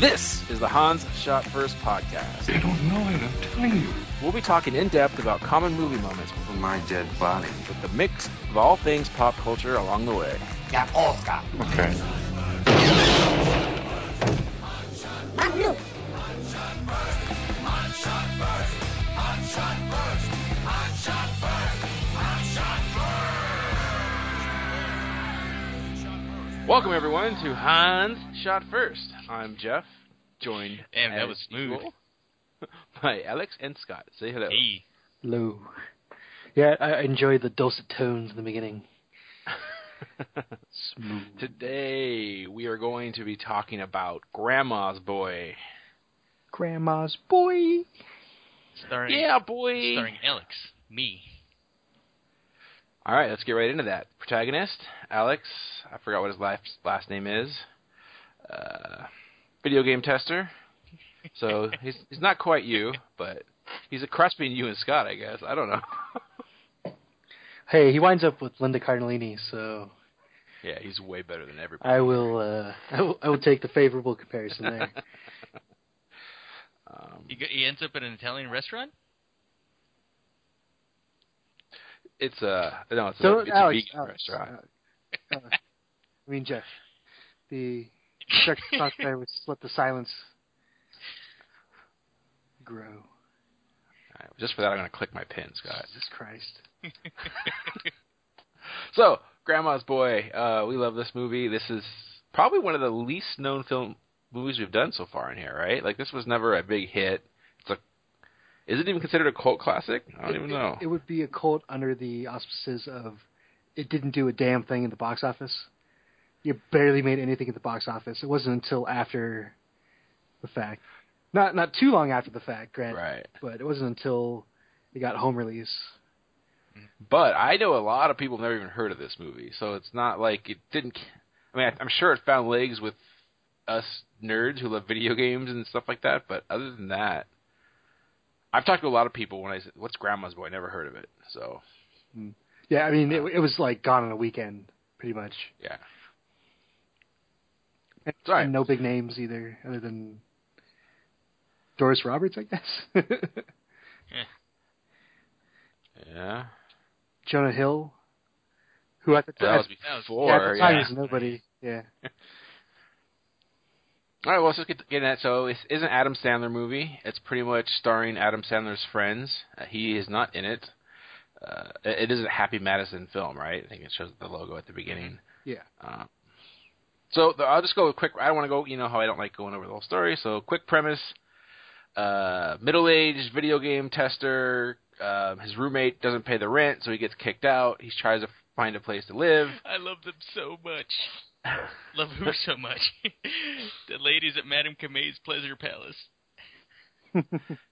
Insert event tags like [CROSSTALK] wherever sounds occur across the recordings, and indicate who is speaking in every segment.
Speaker 1: is the Hans Shot First podcast.
Speaker 2: I don't know, I'm telling you.
Speaker 1: We'll be talking in depth about common movie moments
Speaker 2: From my dead body.
Speaker 1: with the mix of all things pop culture along the way.
Speaker 2: Okay.
Speaker 1: Welcome everyone to Hans Shot First. I'm Jeff, joined
Speaker 3: Damn, that
Speaker 1: as
Speaker 3: was smooth.
Speaker 1: usual [LAUGHS] by Alex and Scott. Say hello.
Speaker 3: Hey.
Speaker 4: Low. Yeah, I I enjoy the dulcet tones in the beginning. Smooth.
Speaker 1: Today we are going to be talking about Grandma's Boy.
Speaker 4: Grandma's boy.
Speaker 3: Starring,
Speaker 1: Yeah, boy.
Speaker 3: starring Alex, me.
Speaker 1: All right, let's get right into that. Protagonist, Alex. I forgot what his last last name is. Uh, video game tester. So he's he's not quite you, but he's a cross between you and Scott, I guess. I don't know.
Speaker 4: Hey, he winds up with Linda Cardellini, so
Speaker 1: yeah, he's way better than everybody.
Speaker 4: I will, uh, I will, I will take the favorable
Speaker 1: [LAUGHS]
Speaker 4: comparison there.
Speaker 1: Um,
Speaker 3: He, go- he ends up at an Italian restaurant?
Speaker 1: it's a no, it's a,
Speaker 4: Don't,
Speaker 1: it's a
Speaker 4: Alex,
Speaker 1: vegan
Speaker 4: Alex,
Speaker 1: restaurant.
Speaker 4: uh, uh, I mean Jeff. The
Speaker 1: [LAUGHS]
Speaker 4: correct response there was just let the silence grow.
Speaker 1: All right, just for that, I'm gonna click my pin, Scott.
Speaker 4: Jesus Christ.
Speaker 1: So, Grandma's Boy, uh, we love this movie. This is probably one of the least known film movies we've done so far in here, right? Like this was never a big hit. It's a is it even considered a cult classic? I don't
Speaker 4: it,
Speaker 1: even
Speaker 4: it-
Speaker 1: know.
Speaker 4: It, would be a cult under the auspices of it didn't do a damn thing in the box office. It barely made anything at the box office. It wasn't until after the fact, not not too long after the fact, granted,
Speaker 1: right.
Speaker 4: but it wasn't until it got home release.
Speaker 1: But I know a lot of people have never even heard of this movie, so it's not like it didn't. I mean, I, I'm sure it found legs with us nerds who love video games and stuff like that. But other than that, I've talked to a lot of people when I said, "What's Grandma's Boy?" Never heard of it. So
Speaker 4: Yeah, I mean, it, it was like gone in a weekend, pretty much.
Speaker 1: yeah,
Speaker 4: And,
Speaker 1: It's all right.
Speaker 4: and no big names either, other than Doris Roberts, I guess. [LAUGHS]
Speaker 1: yeah.
Speaker 4: Jonah Hill, who at the,
Speaker 1: That
Speaker 4: at,
Speaker 1: was
Speaker 3: That was-
Speaker 1: before.
Speaker 4: yeah, at the time
Speaker 1: yeah.
Speaker 4: was nobody. Yeah.
Speaker 1: All right, well, let's just get, get into that. So, this is an Adam Sandler movie. It's pretty much starring Adam Sandler's friends. Uh, he is not in it. Uh, it it is a Happy Madison film, right? I think it shows the logo at the beginning.
Speaker 4: Yeah.
Speaker 1: Uh, so, the, I'll just go with quick. I don't want to go, you know, how I don't like going over the whole story. So, quick premise uh, middle aged video game tester. Um, his roommate doesn't pay the rent, so he gets kicked out. He tries to find a place to live.
Speaker 3: [LAUGHS] I love them so much. Love who so much? [LAUGHS] the ladies at Madame Kame's Pleasure Palace.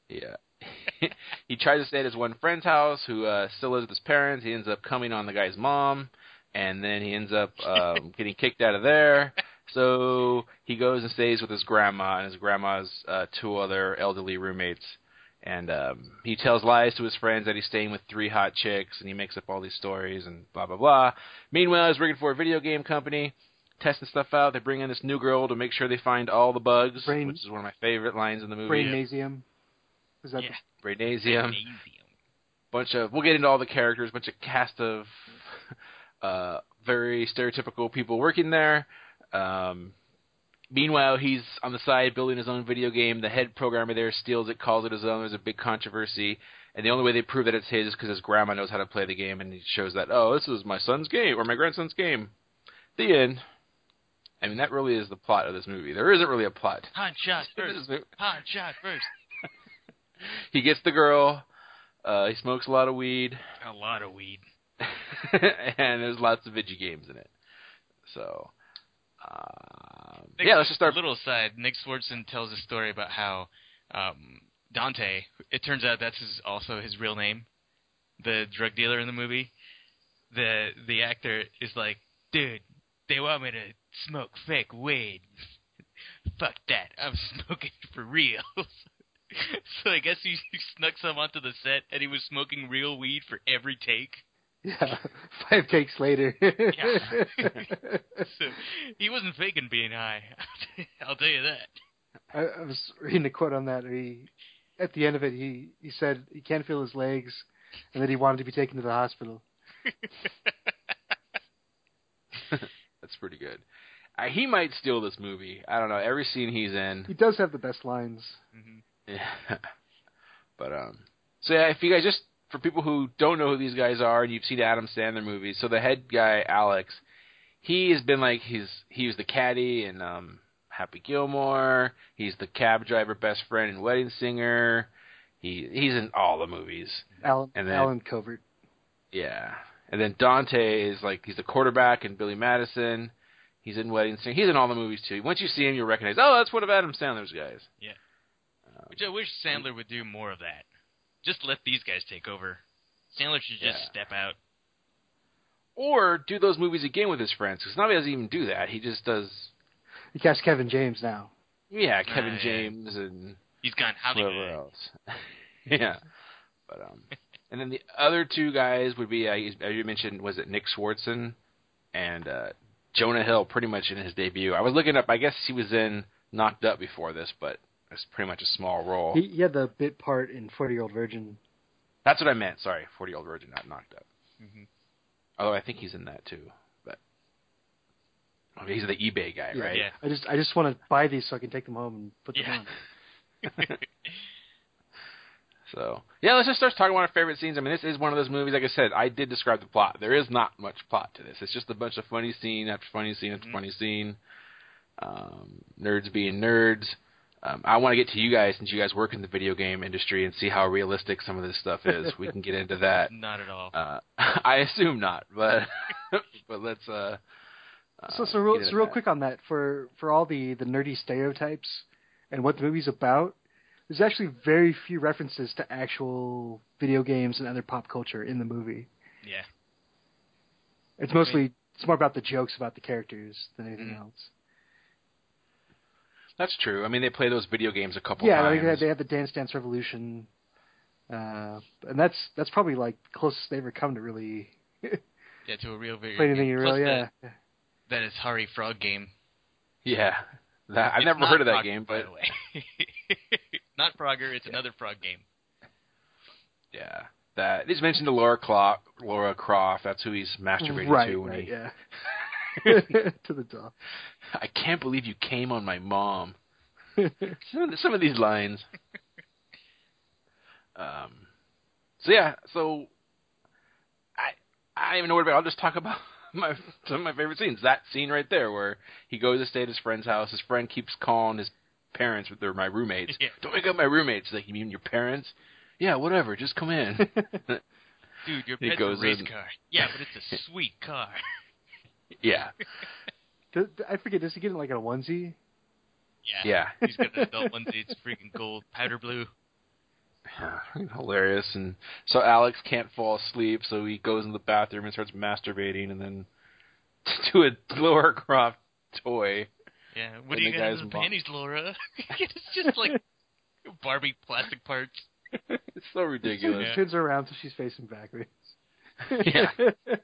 Speaker 1: Yeah. [LAUGHS] he tries to stay at his one friend's house who uh, still lives with his parents. He ends up coming on the guy's mom, and then he ends up um, getting kicked out of there. So he goes and stays with his grandma and his grandma's uh, two other elderly roommates. And um, he tells lies to his friends that he's staying with three hot chicks, and he makes up all these stories and blah blah blah. Meanwhile, he's working for a video game company, testing stuff out. They bring in this new girl to make sure they find all the bugs,
Speaker 4: Brain-
Speaker 1: which is one of my favorite lines in the movie.
Speaker 4: Brainasium. Is that
Speaker 3: Yeah.
Speaker 1: Brainasium.
Speaker 3: Magnesium.
Speaker 1: bunch of we'll get into all the characters, bunch of cast of [LAUGHS] uh, very stereotypical people working there. Um, meanwhile, he's on the side building his own video game. The head programmer there steals it, calls it his own. There's a big controversy, and the only way they prove that it's his is because his grandma knows how to play the game, and he shows that oh, this was my son's game or my grandson's game. The end. I mean, that really is the plot of this movie. There isn't really a plot.
Speaker 3: Hot shot
Speaker 1: This
Speaker 3: first.
Speaker 1: mo-
Speaker 3: Hot shot first.
Speaker 1: he gets the girl. Uh, he smokes a lot of weed.
Speaker 3: A lot of weed.
Speaker 1: [LAUGHS] and there's lots of video games in it. So, um, yeah, let's just start.
Speaker 3: Little side. Nick Swartzen tells a story about how um, Dante. It turns out that's his, also his real name. The drug dealer in the movie. The the actor is like, dude, they want me to smoke fake weed. [LAUGHS] Fuck that! I'm [LAUGHS] smoking for real. [LAUGHS] so I guess he snuck some onto the set, and he was smoking real weed for every take. [LAUGHS]
Speaker 4: [LAUGHS] yeah. Five takes later.
Speaker 3: [LAUGHS] Yeah. so he wasn't faking being high. I'll tell you that.
Speaker 4: [LAUGHS] I, I was reading a quote on that. He, at the end of it, he he said he can't feel his legs, and that he wanted to be taken to the hospital.
Speaker 1: That's pretty good. Uh, he might steal this movie. I don't know. Every scene he's
Speaker 4: He
Speaker 1: in. [LAUGHS]
Speaker 4: does have the best lines.
Speaker 3: Mhm.
Speaker 1: Yeah. but um. So yeah, if you guys just for people who don't know who these guys are and you've seen Adam Sandler movies, so the head guy Alex, he has been like he's he was the caddy in um Happy Gilmore. He's the cab driver, best friend, and wedding singer. He he's in all the movies.
Speaker 4: Alan
Speaker 1: And then-
Speaker 4: Alan Covert.
Speaker 1: Yeah. And then Dante is like he's the quarterback in Billy Madison. He's in Wedding Singer. He's in all the movies too. Once you see him, you'll recognize. Oh, that's one of Adam Sandler's guys.
Speaker 3: Which I wish
Speaker 1: Mm-hmm.
Speaker 3: Sandler would do more of that. Just let these guys take over. Sandler should just
Speaker 1: Yeah.
Speaker 3: step out.
Speaker 1: Or do those movies again with his friends. Because now he doesn't even do that. He just does.
Speaker 4: He cast Kevin James now.
Speaker 1: Yeah, Kevin
Speaker 3: yeah.
Speaker 1: James and
Speaker 3: He's gone
Speaker 1: whoever
Speaker 3: Hollywood.
Speaker 1: else. [LAUGHS] yeah, but um, and then the other two guys would be uh, as you mentioned was it Nick Swartzen and uh, Jonah Hill, pretty much in his debut. I was looking up. I guess he was in Knocked Up before this, but it's pretty much a small role.
Speaker 4: He, he had the bit part in Forty Year Old Virgin.
Speaker 1: That's what I meant. Sorry, Forty Year Old Virgin, not Knocked Up.
Speaker 3: Mhm.
Speaker 1: Although I think he's in that too, but I mean, he's the eBay guy,
Speaker 4: Yeah.
Speaker 1: right?
Speaker 3: Yeah.
Speaker 4: I just I just want to buy these so I can take them home and put them
Speaker 3: Yeah.
Speaker 4: on.
Speaker 1: So yeah, let's just start talking about our favorite scenes. I mean, this is one of those movies. Like I said, I did describe the plot. There is not much plot to this. It's just a bunch of funny scene after funny scene after
Speaker 3: Mhm.
Speaker 1: funny scene. Um, nerds being nerds. Um, I want to get to you guys since you guys work in the video game industry and see how realistic some of this stuff is. we can get into
Speaker 3: [LAUGHS]
Speaker 1: that.
Speaker 3: Mm-hmm. Not at all.
Speaker 1: Uh, [LAUGHS] I assume not, but [LAUGHS] but let's. Uh,
Speaker 4: So,
Speaker 1: uh,
Speaker 4: so real,
Speaker 1: get into
Speaker 4: so real
Speaker 1: that.
Speaker 4: quick on that for for all the the nerdy stereotypes and what the movie's about, there's actually very few references to actual video games and other pop culture in the movie.
Speaker 3: Yeah.
Speaker 4: It's mostly it's more about the jokes about the characters than anything
Speaker 1: Mm-hmm.
Speaker 3: Mhm.
Speaker 4: else.
Speaker 1: That's true. I mean, they play those video games a couple
Speaker 4: yeah,
Speaker 1: times.
Speaker 4: like uh, they had, they had the Dance Dance Revolution, uh, and that's that's probably like the closest they ever come to really
Speaker 3: Yeah, to a real
Speaker 1: Mm-hmm.
Speaker 3: video.
Speaker 4: play anything
Speaker 3: game.
Speaker 4: real.
Speaker 3: Plus
Speaker 4: Yeah,
Speaker 3: that- that is Hari Frog game.
Speaker 1: yeah, that, I've
Speaker 3: It's
Speaker 1: never
Speaker 3: not
Speaker 1: heard of that
Speaker 3: Frogger,
Speaker 1: game,
Speaker 3: by
Speaker 1: but
Speaker 3: the way. [LAUGHS] not Frogger. It's another Frog
Speaker 1: [LAUGHS]
Speaker 3: game.
Speaker 1: Yeah. That he's mentioned to Laura Clock, Laura Croft. That's who he's masturbating
Speaker 4: right,
Speaker 1: to. When
Speaker 4: right,
Speaker 1: he, [LAUGHS]
Speaker 4: yeah. [LAUGHS] to the dog.
Speaker 1: I can't believe you came on my mom.
Speaker 4: [LAUGHS]
Speaker 1: Some of, the- some of these lines. um. So yeah. So I I don't even know what about. I'll just talk about [LAUGHS] my some of my favorite scenes. That scene right there where he goes to stay at his friend's house. His friend keeps calling his parents, but they're my roommates.
Speaker 3: Yeah.
Speaker 1: Don't wake up my roommates. Like you mean your parents? Yeah, whatever. Just come in.
Speaker 3: Dude, your
Speaker 1: He
Speaker 3: pet's
Speaker 1: goes
Speaker 3: a race
Speaker 1: in-
Speaker 3: car. Yeah, but
Speaker 1: [LAUGHS]
Speaker 3: it's a sweet car.
Speaker 1: yeah.
Speaker 4: Th- th- I forget. Does he get in like a onesie?
Speaker 3: Yeah.
Speaker 1: Yeah.
Speaker 3: He's got the adult onesie. It's freaking gold, powder blue.
Speaker 1: [SIGHS] hilarious and so alex can't fall asleep so he goes in the bathroom and starts masturbating and then [LAUGHS] to a laura croft toy
Speaker 3: Yeah.
Speaker 1: And
Speaker 3: What do you
Speaker 1: the
Speaker 3: got
Speaker 1: guy's
Speaker 3: in the
Speaker 1: mom-
Speaker 3: panties, Laura? [LAUGHS] it's
Speaker 1: [LAUGHS]
Speaker 3: just like Barbie plastic parts.
Speaker 1: it's so ridiculous
Speaker 4: [LAUGHS] She turns around so she's facing [LAUGHS] backwards.
Speaker 1: Yeah.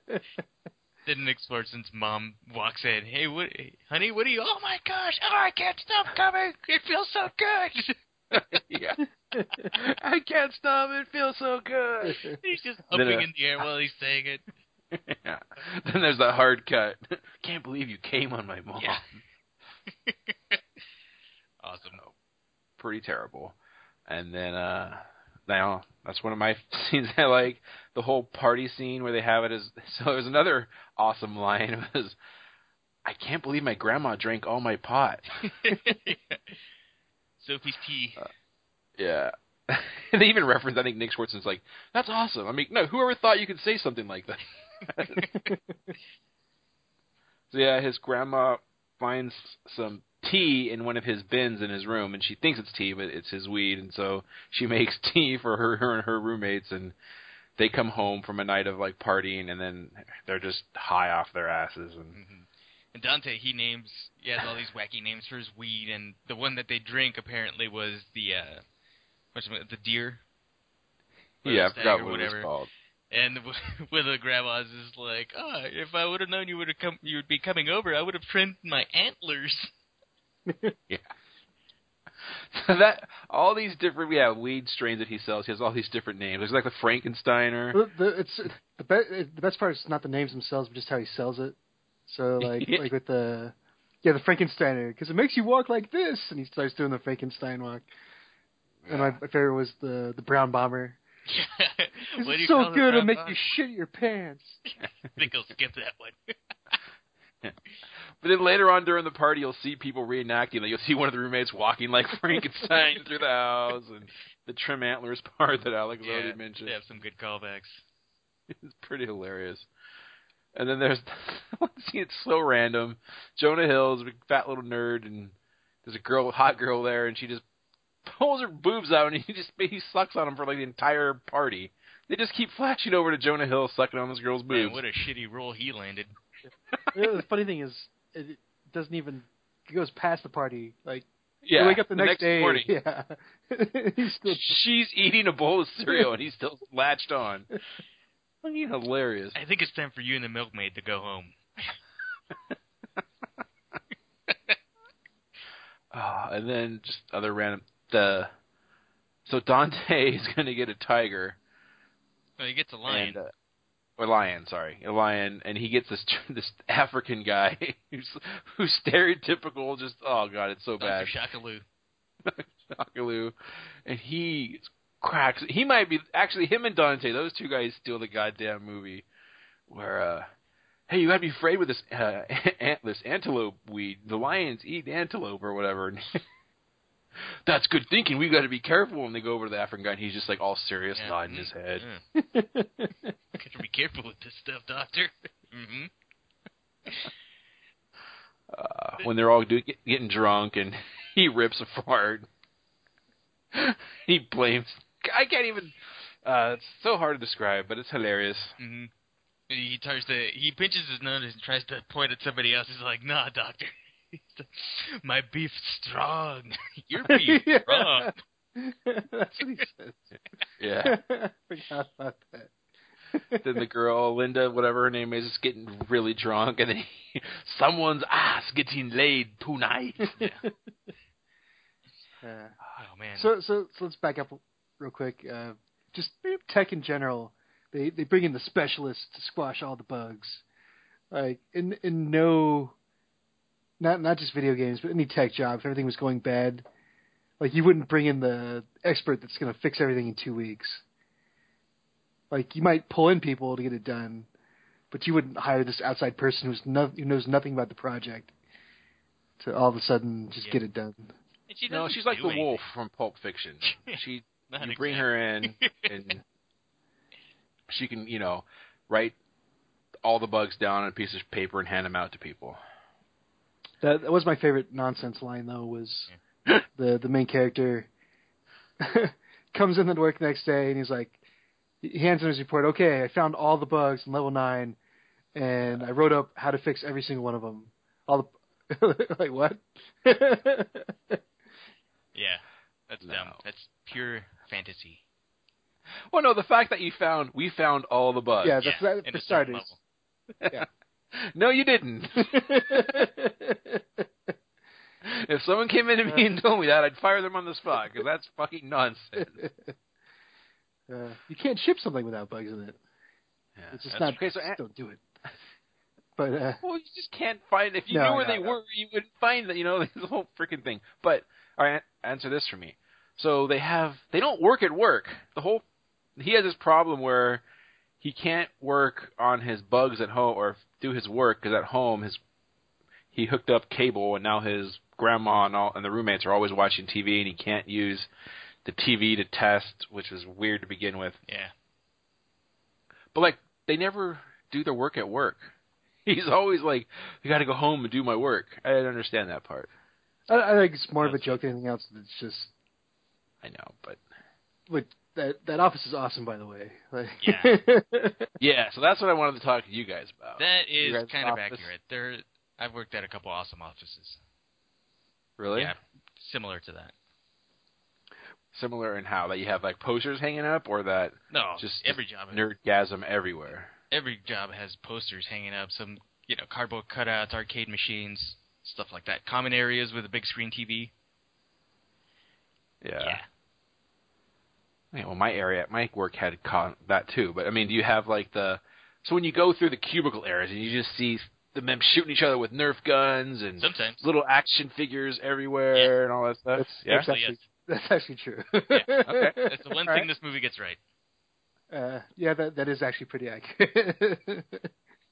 Speaker 3: Then Nick Swartzen's mom walks in. Hey, what, honey? What are you? Oh my gosh! Oh, I can't stop coming. It feels so good. [LAUGHS]
Speaker 1: yeah i can't stop it feels so
Speaker 4: [LAUGHS]
Speaker 1: good [LAUGHS]
Speaker 3: he's just
Speaker 1: Then,
Speaker 3: humping
Speaker 1: uh,
Speaker 3: in the air while he's saying it.
Speaker 1: yeah. then there's the hard cut [LAUGHS] can't believe you came on my mom
Speaker 3: Yeah. awesome.
Speaker 1: pretty terrible. And then uh now that's one of my [LAUGHS] scenes I like. The whole party scene where they have it is [LAUGHS] so there's another awesome line [LAUGHS] was I can't believe my grandma drank all my pot. [LAUGHS]
Speaker 3: Sophie's tea.
Speaker 1: Uh. Yeah. [LAUGHS] and they even reference I think Nick Schwartzen's like, That's awesome. I mean no, whoever thought you could say something like that?
Speaker 3: [LAUGHS]
Speaker 1: so yeah, his grandma finds some tea in one of his bins in his room and she thinks it's tea but it's his weed and so she [LAUGHS] makes tea for her, her and her roommates and they come home from a night of like partying and then they're just high off their asses and
Speaker 3: Mhm. And Dante, he names he has all these wacky names for his weed, and the one that they drink apparently was the uh, what's it, the deer. Or
Speaker 1: yeah, I
Speaker 3: the stag
Speaker 1: forgot
Speaker 3: or
Speaker 1: what it was
Speaker 3: whatever.
Speaker 1: called.
Speaker 3: And [LAUGHS] the- one of the grandmas is like, "Ah, if I would have known you would have come, you would be coming over, I would have trimmed my antlers."
Speaker 1: [LAUGHS] So that all these different yeah weed strains that he sells, he has all these different names. There's like the Frankensteiner.
Speaker 4: The, the, it's the best. The best part is not the names themselves, but just how he sells it. So like
Speaker 1: Yeah.
Speaker 4: like with the yeah the Frankensteiner because it makes you walk like this, and he starts doing the Frankenstein walk. And my favorite was the the brown bomber. This
Speaker 3: What do you
Speaker 4: is
Speaker 3: call
Speaker 4: so
Speaker 3: the
Speaker 4: good it'll
Speaker 3: brown
Speaker 4: make
Speaker 3: box?
Speaker 4: you shit your pants.
Speaker 3: I think I'll skip that one.
Speaker 1: But then later on during the party, you'll see people reenacting. Like you'll see one of the roommates walking like [LAUGHS] Frankenstein through the house, and the trim antlers [LAUGHS] part that Alex
Speaker 3: yeah,
Speaker 1: already mentioned.
Speaker 3: they have some good callbacks.
Speaker 1: It's pretty hilarious. And then there's [LAUGHS] one scene it's so random. Jonah Hill's a big fat little nerd, and there's a girl, hot girl there, and she just pulls her boobs out, and he just he sucks on them for like the entire party. They just keep flashing over to Jonah Hill sucking on this girl's boobs.
Speaker 3: Man, what a shitty role he landed.
Speaker 4: Yeah, the funny thing is, it doesn't even it goes past the party. Like
Speaker 1: yeah,
Speaker 4: you wake up the, next, day,
Speaker 1: morning.
Speaker 4: [LAUGHS] yeah, he's still
Speaker 1: She's eating a bowl of cereal, and he's still latched
Speaker 4: [LAUGHS]
Speaker 1: on. Fucking hilarious.
Speaker 3: I think it's time for you and the milkmaid to go home.
Speaker 1: Ah, and then just other random the. So Dante [LAUGHS] is going to get a tiger.
Speaker 3: Well, he gets a lion.
Speaker 1: And, uh, or lion, sorry, a lion, and he gets this [LAUGHS] this African guy [LAUGHS] who's who's stereotypical. Just oh god, it's so bad.
Speaker 3: Dr. Shakaloo.
Speaker 1: Shockaloo, and he cracks. He might be actually him and Dante. Those two guys steal the goddamn movie. Where uh, hey, you gotta be afraid with this uh, [LAUGHS] ant, this antelope weed. The lions eat antelope or whatever. [LAUGHS] And That's good thinking. We got to be careful when they go over to the African guy. And he's just like all serious,
Speaker 3: Yeah.
Speaker 1: nodding
Speaker 3: Mm,
Speaker 1: his head.
Speaker 3: yeah.
Speaker 4: [LAUGHS]
Speaker 3: Gotta be careful with this stuff, Doctor. hmm
Speaker 1: uh, when they're all do, get, getting drunk and [LAUGHS] he rips a fart. [LAUGHS] he blames. I can't even. Uh, it's so hard to describe, but it's hilarious.
Speaker 3: hmm He tries to. He pinches his nose and tries to point at somebody else. He's like, "Nah, doctor. [LAUGHS] He's like, My beef's strong. [LAUGHS] Your
Speaker 4: [LAUGHS]
Speaker 3: beef's
Speaker 4: Yeah.
Speaker 3: strong."
Speaker 4: That's what he says.
Speaker 3: [LAUGHS]
Speaker 1: Yeah.
Speaker 4: [LAUGHS] Forgot about that.
Speaker 1: then the girl, Linda, whatever her name is, is getting really drunk, and then he, [LAUGHS] someone's ass getting laid
Speaker 3: [LAUGHS]
Speaker 1: tonight.
Speaker 4: Yeah.
Speaker 3: Oh man.
Speaker 4: So, so, so let's back up real quick. Uh, just tech in general, they they bring in the specialists to squash all the bugs. Like in in no, not not just video games, but any tech job. If everything was going bad, like you wouldn't bring in the expert that's going to fix everything in two weeks. Like you might pull in people to get it done, but you wouldn't hire this outside person who's no, who knows nothing about the project to all of a sudden just
Speaker 3: Yeah.
Speaker 4: get it done.
Speaker 3: And she
Speaker 1: no,
Speaker 3: doesn't
Speaker 1: she's like
Speaker 3: do
Speaker 1: the
Speaker 3: anything.
Speaker 1: wolf from Pulp
Speaker 3: [LAUGHS]
Speaker 1: Fiction. She
Speaker 3: Not
Speaker 1: you bring her
Speaker 3: [LAUGHS]
Speaker 1: in, and she can, you know, write all the bugs down on a piece of paper and hand them out to people.
Speaker 4: That, that was my favorite nonsense line though was
Speaker 1: Yeah.
Speaker 4: [GASPS] the the main character [LAUGHS] comes in to work the next day and he's like he hands him his report. Okay, I found all the bugs in level nine, and I wrote up how to fix every single one of them. All the [LAUGHS]
Speaker 1: [LAUGHS]
Speaker 4: like what?
Speaker 3: Yeah, that's dumb.
Speaker 1: No.
Speaker 3: That's pure fantasy.
Speaker 1: Well, no, the fact that you found we found all the bugs.
Speaker 4: yeah, that's
Speaker 3: yeah,
Speaker 4: that
Speaker 3: in
Speaker 4: for
Speaker 3: a certain
Speaker 4: starters.
Speaker 3: level.
Speaker 1: No, you didn't. if someone came into me and told me that, I'd fire them on the spot because that's fucking nonsense.
Speaker 4: Uh, you can't ship something without bugs in it.
Speaker 1: Yeah,
Speaker 4: It's just
Speaker 1: that's
Speaker 4: not.
Speaker 1: okay. So, eh.
Speaker 4: just
Speaker 1: a-
Speaker 4: don't do it. But uh,
Speaker 1: well, you just can't find. If you
Speaker 4: No,
Speaker 1: knew where
Speaker 4: no,
Speaker 1: they
Speaker 4: no.
Speaker 1: were, you wouldn't find them. You know, [LAUGHS] the whole freaking thing. But all right, answer this for me. So they have. They don't work at work. The whole. He has this problem where he can't work on his bugs at home or do his work because at home his he hooked up cable and now his grandma and all and the roommates are always watching TV and he can't use the TV to test, which was weird to begin with.
Speaker 3: Yeah.
Speaker 1: But like they never do their work at work. [LAUGHS] He's always like, "I got to go home and do my work." I didn't understand that part.
Speaker 4: I, I think it's more of a joke than anything else. It's just
Speaker 1: I know, but
Speaker 4: But that that office is awesome, by the way. Like, [LAUGHS]
Speaker 3: Yeah.
Speaker 1: yeah. So that's what I wanted to talk to you guys about.
Speaker 3: That is
Speaker 1: guys'
Speaker 3: kind of
Speaker 1: office.
Speaker 3: accurate. There, I've worked at a couple awesome offices.
Speaker 1: really
Speaker 3: Yeah, similar to that.
Speaker 1: similar in how that you have like posters hanging up, or that
Speaker 3: No,
Speaker 1: Just-
Speaker 3: every job.
Speaker 1: nerdgasm everywhere.
Speaker 3: every job has posters hanging up, some you know cardboard cutouts, arcade machines, stuff like that. Common areas with a big screen TV.
Speaker 1: Yeah. Yeah, well, my area, my work had con- that too. But I mean, do you have like the so when you go through the cubicle areas and you just see the men shooting each other with Nerf guns and
Speaker 3: Sometimes.
Speaker 1: little action figures everywhere and all that stuff?
Speaker 4: That's,
Speaker 1: yeah.
Speaker 4: that's actually that's actually true. [LAUGHS]
Speaker 1: okay.
Speaker 3: That's the
Speaker 1: [LAUGHS]
Speaker 3: one
Speaker 4: All
Speaker 3: thing
Speaker 4: right.
Speaker 3: this movie gets right.
Speaker 4: Uh, yeah, that that is actually pretty accurate. [LAUGHS]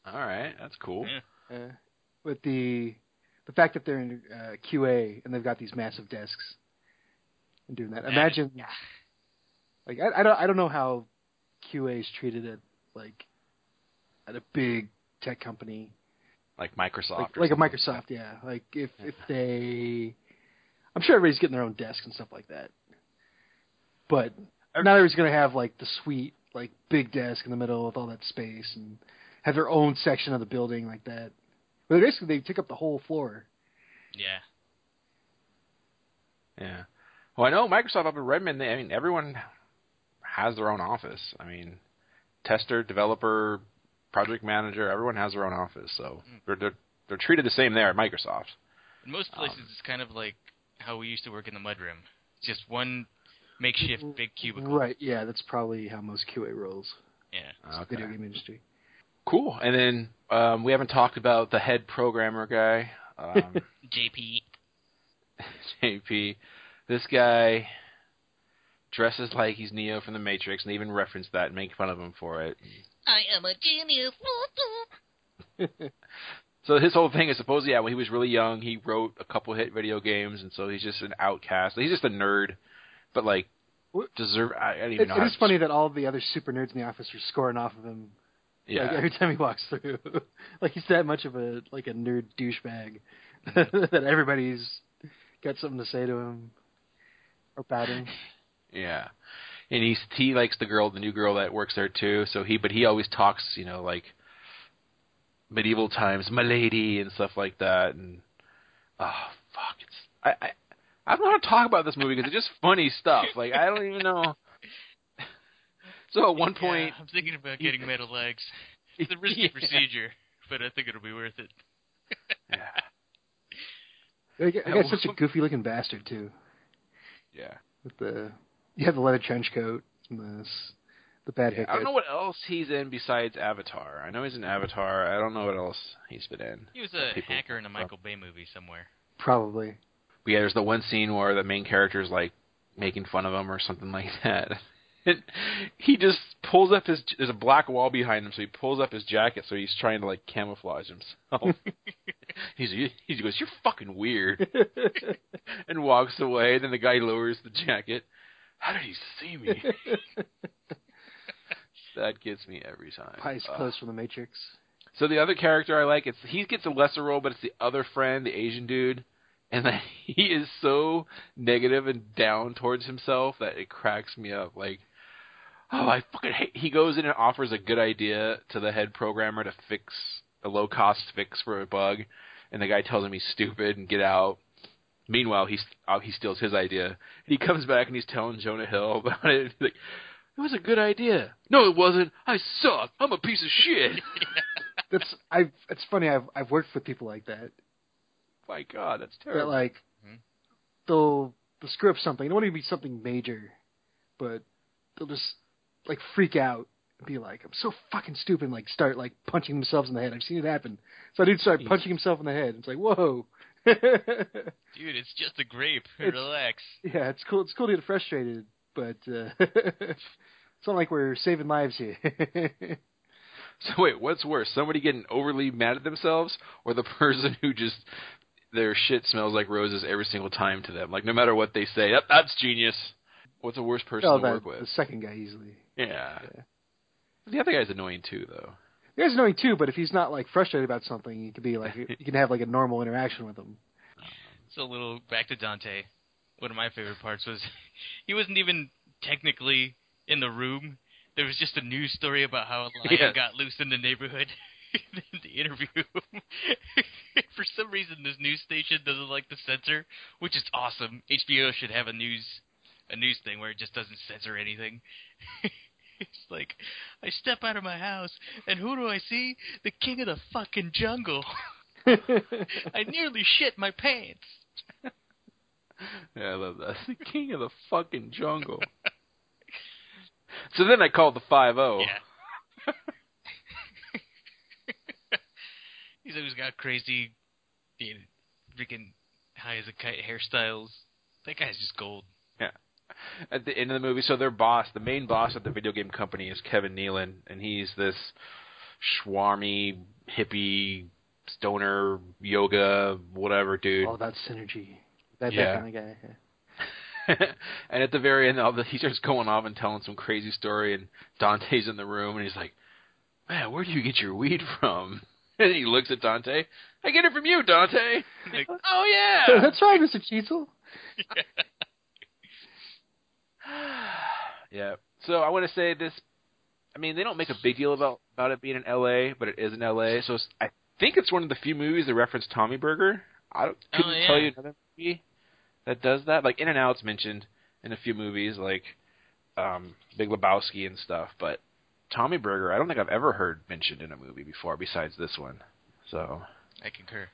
Speaker 1: all right, that's cool.
Speaker 3: Yeah.
Speaker 4: uh, but the the fact that they're in uh, QA and they've got these massive desks and doing that.
Speaker 3: That is-
Speaker 4: Imagine, like I, I don't I don't know how QA is treated at like at a big tech company.
Speaker 1: Like Microsoft,
Speaker 4: like,
Speaker 1: or
Speaker 4: like a
Speaker 1: something.
Speaker 4: Microsoft, yeah. Like if if they, I'm sure everybody's getting their own desk and stuff like that. But not everybody's gonna have like the suite, like big desk in the middle with all that space and have their own section of the building like that. But basically, they take up the whole floor.
Speaker 3: Yeah.
Speaker 1: Yeah. Well, I know Microsoft up in Redmond. They, I mean, everyone has their own office. I mean, tester, developer, project manager, everyone has their own office. So they're they're, they're treated the same there at Microsoft.
Speaker 3: In most places,
Speaker 1: Um,
Speaker 3: it's kind of like how we used to work in the mudroom. It's just one makeshift
Speaker 1: Mm-hmm.
Speaker 3: big cubicle.
Speaker 4: Right? Yeah, that's probably how most QA rolls.
Speaker 3: Yeah.
Speaker 4: Video game industry.
Speaker 1: Cool. And then um, we haven't talked about the head programmer guy, um,
Speaker 3: JP.
Speaker 1: JP. This guy dresses like he's Neo from the Matrix, and they even reference that and make fun of him for it.
Speaker 5: I am a genius.
Speaker 1: So his whole thing is supposedly, yeah, when he was really young, he wrote a couple hit video games, and so he's just an outcast. He's just a nerd, but like
Speaker 4: What-
Speaker 1: deserve. I, I don't even
Speaker 4: It,
Speaker 1: know. how
Speaker 4: it is
Speaker 1: to-
Speaker 4: funny that all the other super nerds in the office are scoring off of him
Speaker 1: Yeah,
Speaker 4: Like every time he walks through, [LAUGHS] like he's that much of a like a nerd douchebag
Speaker 1: Mm-hmm.
Speaker 4: [LAUGHS] that everybody's got something to say to him or about him.
Speaker 1: yeah. And he's he likes the girl, the new girl that works there too. So he, but he always talks, you know, like medieval times, my lady, and stuff like that. And oh fuck, it's I I, I don't know how to talk about this movie because it's just funny stuff. Like I don't even know. [LAUGHS] So at one point,
Speaker 3: Yeah, I'm thinking about getting metal legs. It's a
Speaker 1: [LAUGHS]
Speaker 3: risky
Speaker 1: Yeah.
Speaker 3: procedure, but I think it'll be worth it.
Speaker 1: yeah.
Speaker 4: I got such a goofy looking bastard too.
Speaker 1: yeah.
Speaker 4: With the you have the leather trench coat and the s- the bad
Speaker 1: I don't know
Speaker 4: haircut.
Speaker 1: what else he's in besides Avatar. I know he's in Avatar. I don't know what else he's been in.
Speaker 3: He was a
Speaker 1: People-
Speaker 3: hacker in a Michael Bay movie somewhere.
Speaker 1: [LAUGHS]
Speaker 4: Probably.
Speaker 1: But yeah, there's the one scene where the main character's like making fun of him or something [LAUGHS] like that. And he just pulls up his. There's a black wall behind him, so he pulls up his jacket. So he's trying to like camouflage himself. [LAUGHS] he's he goes, "You're fucking
Speaker 4: [LAUGHS]
Speaker 1: weird," and walks away. Then the guy lowers the jacket. How did he see me? that gets me every time.
Speaker 4: Pies
Speaker 1: Ugh.
Speaker 4: close from the Matrix.
Speaker 1: So the other character I like, it's he gets a lesser role, but it's the other friend, the Asian dude, and [LAUGHS] that he is so negative and down towards himself that it cracks me up. Like, oh, I fucking hate. He goes in and offers a good idea to the head programmer to fix a low cost fix for a bug, and the guy tells him he's stupid and get out. Meanwhile, he uh, he steals his idea. And he comes back and he's telling Jonah Hill [LAUGHS] about it. He's like, it was a good idea. No, it wasn't. I suck. I'm a piece of shit.
Speaker 4: That's I've it's funny, I've I've worked with people like that.
Speaker 1: My God, that's
Speaker 4: that
Speaker 1: terrible.
Speaker 4: like
Speaker 3: Mhm.
Speaker 4: they'll they'll screw up something. It won't even be something major, but they'll just like freak out and be like, "I'm so fucking stupid!" And, like start like punching themselves in the head. I've seen it happen. So I dude started
Speaker 1: Jeez.
Speaker 4: punching himself in the head. It's like, whoa. [LAUGHS] yeah,
Speaker 3: Dude, it's just a grape.
Speaker 4: It's-
Speaker 3: Relax.
Speaker 4: it's cool. It's cool to get frustrated, but uh, [LAUGHS] it's not like we're saving
Speaker 1: [LAUGHS]
Speaker 4: lives here.
Speaker 1: so wait, what's worse? Somebody getting overly mad at themselves, or the [LAUGHS] person who just their shit smells like roses every single time to them? Like no matter what they say, "Yep, that's genius. What's a worse person
Speaker 4: oh,
Speaker 1: to
Speaker 4: that,
Speaker 1: work
Speaker 4: the
Speaker 1: with?
Speaker 4: second guy easily.
Speaker 1: Yeah.
Speaker 4: Yeah.
Speaker 1: The other guy's annoying too, though.
Speaker 4: You guys know him too, but if he's not like frustrated about something, you can be
Speaker 1: [LAUGHS]
Speaker 4: like, you can have like a normal interaction with him.
Speaker 3: It's a little back to Dante. One of my favorite parts was [LAUGHS] he wasn't even technically in the room. There was just a news story about how a lion
Speaker 1: Yes.
Speaker 3: got loose in the neighborhood. [LAUGHS] the interview. [LAUGHS] For some reason, this news station doesn't like the censor, which is awesome. HBO should have a news a news thing where it just doesn't censor anything. [LAUGHS] it's like I step out of my house and who do I see? The king of the [LAUGHS]
Speaker 4: [LAUGHS]
Speaker 3: fucking jungle. I nearly shit my pants.
Speaker 1: Yeah, I love that. [LAUGHS] The king of the fucking
Speaker 4: [LAUGHS]
Speaker 1: jungle. so then I called the five oh. zero.
Speaker 3: Yeah. [LAUGHS] He's always got crazy, you know, freaking high as a kite hairstyles. That guy's just gold. [LAUGHS]
Speaker 1: at the end of the movie. So their boss, the main boss at the video game company, is Kevin Nealon, and he's this schwarmy hippie stoner yoga whatever dude.
Speaker 4: All that synergy. That,
Speaker 1: Yeah.
Speaker 4: that kind of guy. yeah.
Speaker 1: [LAUGHS] and at the very end, all the, he starts going off and telling some crazy story, and Dante's in the room, and he's like, "Man, where do you get your weed from?" [LAUGHS] And he looks at Dante. I get it from you, Dante.
Speaker 3: Like,
Speaker 1: oh
Speaker 4: [LAUGHS]
Speaker 1: yeah.
Speaker 4: That's right, Mr. Cheezel.
Speaker 1: [SIGHS] yeah. So I want to say this. I mean, they don't make a big deal about about it being in L.A., but it is in L.A. So it's, I think it's one of the few movies that reference Tommy Burger. I don't,
Speaker 3: Oh,
Speaker 1: couldn't tell
Speaker 3: yeah.
Speaker 1: you another movie that does that. Like In and Out's mentioned in a few movies, like um, Big Lebowski and stuff. But Tommy Burger, I don't think I've ever heard mentioned in a movie before, besides this one. So
Speaker 3: I concur.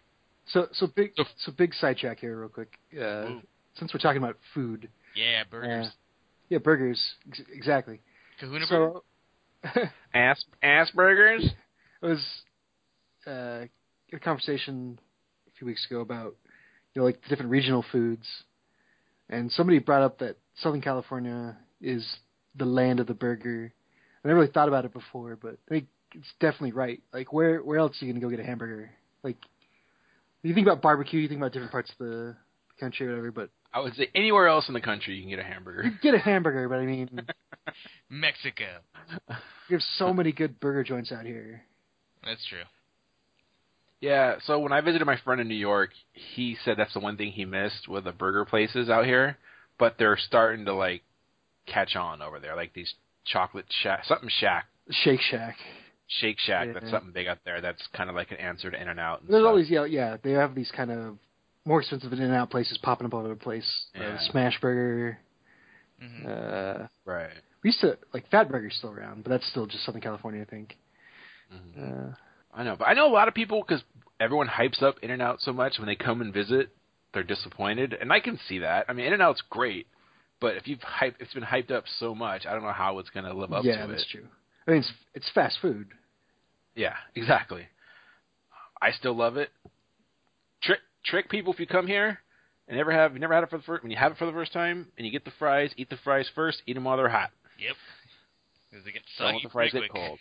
Speaker 4: So so big
Speaker 3: So-
Speaker 4: so big sidetrack here real quick. Uh,
Speaker 3: Ooh.
Speaker 1: Mm.
Speaker 4: since we're talking about food,
Speaker 3: Yeah, burgers.
Speaker 4: uh, yeah, burgers ex- exactly.
Speaker 3: Kahuna burger.
Speaker 4: So it
Speaker 1: ass ass burgers.
Speaker 4: was uh, a conversation a few weeks ago about you know like the different regional foods, and somebody brought up that Southern California is the land of the burger. I never really thought about it before, but I think it's definitely right. Like where where else are you gonna go get a hamburger? Like you think about barbecue, you think about different parts of the country or whatever, but
Speaker 1: I would say anywhere else in the country you can get a hamburger.
Speaker 4: You get a hamburger, but I mean,
Speaker 3: Mexico.
Speaker 4: we have so many good burger joints out here.
Speaker 3: That's true.
Speaker 1: Yeah, so when I visited my friend in New York, he said that's the one thing he missed with the burger places out here, but they're starting to like catch on over there, like these chocolate shack, something shack,
Speaker 4: Shake Shack.
Speaker 1: Shake Shack.
Speaker 4: Yeah.
Speaker 1: That's something big out there. That's kind of like an answer to In and Out.
Speaker 4: There's always yeah, yeah. They have these kind of more expensive in and out places popping up all over the place.
Speaker 1: Yeah. Mm-hmm.
Speaker 4: Uh, Smash Burger.
Speaker 3: hmm
Speaker 4: Uh,
Speaker 1: right.
Speaker 4: we used to like Fat Burger's still around, but that's still just Southern California, I think.
Speaker 1: Mhm.
Speaker 4: Uh,
Speaker 1: I know, but I know a lot of people because everyone hypes up In and Out so much when they come and visit, they're disappointed, and I can see that. I mean, In and Out's great, but if you've hyped, it's been hyped up so much, I don't know how it's going to live up
Speaker 4: Uh, yeah,
Speaker 1: to it.
Speaker 4: that's true. I mean, it's it's fast food.
Speaker 1: Yeah, exactly. I still love it. Trick trick people if you come here and never have you never had it for the first when you have it for the first time and you get the fries, eat the fries first, eat them while they're hot.
Speaker 3: Yep. 'Cause they get
Speaker 1: Don't
Speaker 3: soggy
Speaker 1: let the fries
Speaker 3: pretty
Speaker 1: get
Speaker 3: quick.
Speaker 1: cold.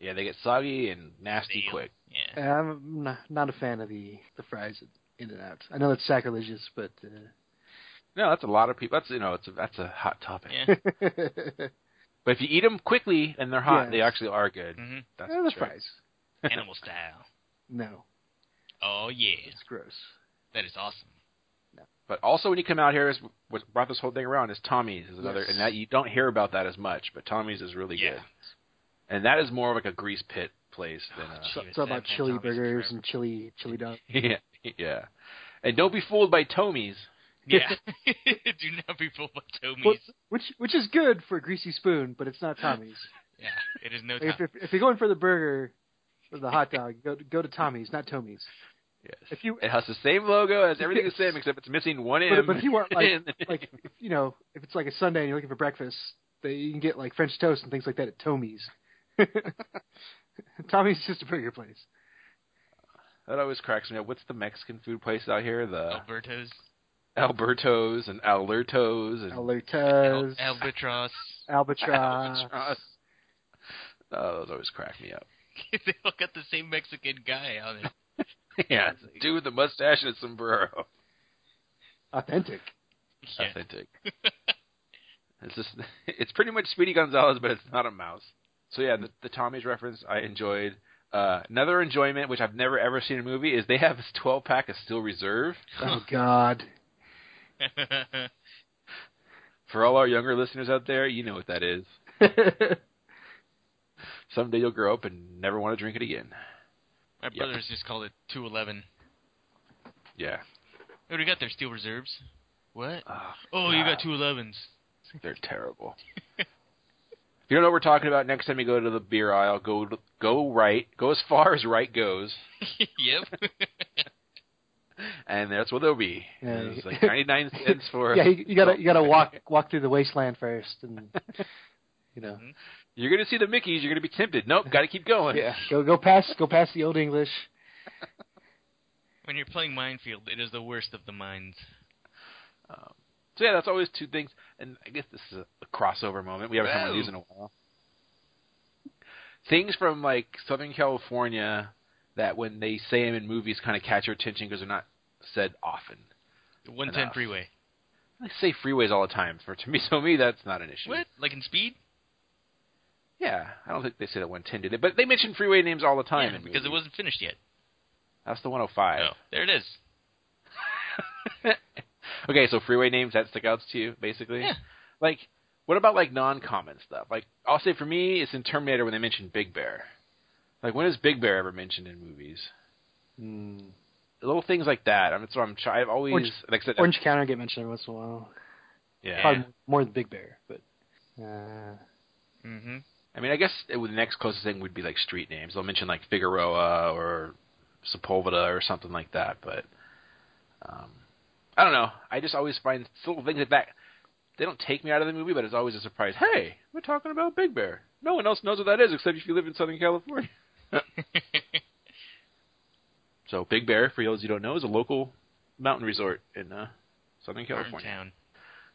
Speaker 1: Yeah, they get soggy and nasty
Speaker 3: Stale.
Speaker 1: quick.
Speaker 3: Yeah.
Speaker 4: I'm not, not a fan of the the fries in and out. I know that's sacrilegious, but uh, [LAUGHS]
Speaker 1: No, that's a lot of people. That's you know, it's a, that's a hot topic.
Speaker 3: Yeah.
Speaker 4: uh,
Speaker 1: But if you eat them quickly and they're hot, they
Speaker 4: Yes.
Speaker 1: actually are good.
Speaker 3: hmm
Speaker 1: [LAUGHS] That's
Speaker 4: Eh,
Speaker 1: the
Speaker 4: the
Speaker 1: trick.
Speaker 4: fries.
Speaker 3: Animal style.
Speaker 4: No,
Speaker 3: Oh yeah,
Speaker 4: it's gross.
Speaker 3: that is awesome.
Speaker 1: But also when you come out here, is what brought this whole thing around is Tommy's is another,
Speaker 4: Yes.
Speaker 1: and that you don't hear about that as much, but Tommy's is really
Speaker 3: Yeah.
Speaker 1: good, and that is more of like a grease pit place than
Speaker 3: Oh,
Speaker 1: a,
Speaker 3: Gee,
Speaker 4: So,
Speaker 3: it's
Speaker 4: so
Speaker 3: that
Speaker 4: about chili
Speaker 3: Tommy Smith
Speaker 4: burgers
Speaker 3: forever.
Speaker 4: and chili chili dogs.
Speaker 1: [LAUGHS] yeah, yeah. And don't be fooled by Tommy's.
Speaker 3: Yeah. [LAUGHS] Do not be full of Tomies.
Speaker 4: Well, which which is good for a greasy spoon, but it's not Tommy's.
Speaker 3: yeah. It is no
Speaker 4: if,
Speaker 3: time.
Speaker 4: if if you're going for the burger or the hot dog, go go to Tommy's, not Tommy's.
Speaker 1: Yes.
Speaker 4: If you
Speaker 1: It has the same logo as everything the
Speaker 4: Yes.
Speaker 1: same, except it's missing one M.
Speaker 4: but, but if you want like
Speaker 1: And-
Speaker 4: like if, you know if it's like a Sunday and you're looking for breakfast, they, you can get like French toast and things like that at Tommy's. [LAUGHS] Tommy's is just a burger place.
Speaker 1: [LAUGHS] that always cracks me up. What's the Mexican food place out here? The
Speaker 3: Alberto's,
Speaker 1: Albertos and Alertos and
Speaker 4: Alertas,
Speaker 3: Al- albatross.
Speaker 4: albatross.
Speaker 1: Albatross. Oh, those always crack me
Speaker 4: [LAUGHS]
Speaker 1: up.
Speaker 3: [LAUGHS] they all got the same Mexican guy on
Speaker 1: [LAUGHS]
Speaker 3: it.
Speaker 1: yeah, it's a dude with a mustache and a sombrero.
Speaker 4: authentic.
Speaker 3: Yeah.
Speaker 1: authentic. [LAUGHS] it's just [LAUGHS] it's pretty much Speedy Gonzalez, but it's not a mouse. So yeah, the, the Tommy's reference I enjoyed. Uh, another enjoyment which I've never ever seen in a movie is they have this 12 pack of Steel Reserve.
Speaker 4: Oh God, [LAUGHS]
Speaker 1: For all our younger listeners out there, you know what that is. Someday you'll grow up and never want to drink it again.
Speaker 3: [LAUGHS] My brothers just called it 211.
Speaker 1: Yeah.
Speaker 3: What do we got there? Steel reserves. What?
Speaker 1: Oh,
Speaker 3: Oh, you
Speaker 1: God.
Speaker 3: got 211s.
Speaker 1: [LAUGHS] They're
Speaker 4: [LAUGHS]
Speaker 1: terrible. if you don't know what we're talking about, next time you go to the beer aisle, go go right, go as far as right goes,
Speaker 3: yep.
Speaker 1: and that's what they'll be.
Speaker 4: Yeah.
Speaker 1: And It's like 99
Speaker 4: [LAUGHS]
Speaker 1: cents for.
Speaker 4: yeah, you, you gotta you gotta walk walk through the wasteland first, and you know,
Speaker 1: You're gonna see the Mickey's. You're gonna be tempted. Nope, gotta keep going.
Speaker 4: yeah, go go past go past the old English.
Speaker 3: [LAUGHS] When you're playing Minefield, it is the worst of the mines.
Speaker 1: Um, So yeah, that's always two things. And I guess this is a, a crossover moment. We haven't had one of these in a while. Things from like Southern California that when they say them in movies, kind of catch your attention because they're not said often.
Speaker 3: The 110
Speaker 1: Enough.
Speaker 3: freeway.
Speaker 1: They say freeways all the time. For to me, so me, that's not an issue.
Speaker 3: What? Like in speed?
Speaker 1: Yeah, I don't think they said that 110 did it, but they mention freeway names all the time.
Speaker 3: Yeah,
Speaker 1: in
Speaker 3: because it
Speaker 1: movies.
Speaker 3: wasn't finished yet.
Speaker 1: that's the 105.
Speaker 3: Oh, there it is.
Speaker 1: okay, so freeway names that stick out to you, basically.
Speaker 3: Yeah.
Speaker 1: Like, what about like non-common stuff? Like, I'll say for me, it's in Terminator when they mention Big Bear. Like, when is Big Bear ever mentioned in movies?
Speaker 4: Mm.
Speaker 1: Little things like that. I mean, so I'm. Try- I've always
Speaker 4: Orange-
Speaker 1: like I said.
Speaker 4: Orange Counter get mentioned every once in a while.
Speaker 1: yeah.
Speaker 4: Probably more than Big Bear, but uh,
Speaker 3: Mm-hmm.
Speaker 1: I mean, I guess it would, the next closest thing would be like street names. They'll mention like Figueroa or Sepulveda or something like that. But um, I don't know. I just always find little things like that. They don't take me out of the movie, but it's always a surprise. Hey, we're talking about Big Bear. No one else knows what that is except if you live in Southern California. [LAUGHS] So Big Bear, for those you don't know, is a local mountain resort in uh, Southern California.
Speaker 3: Town.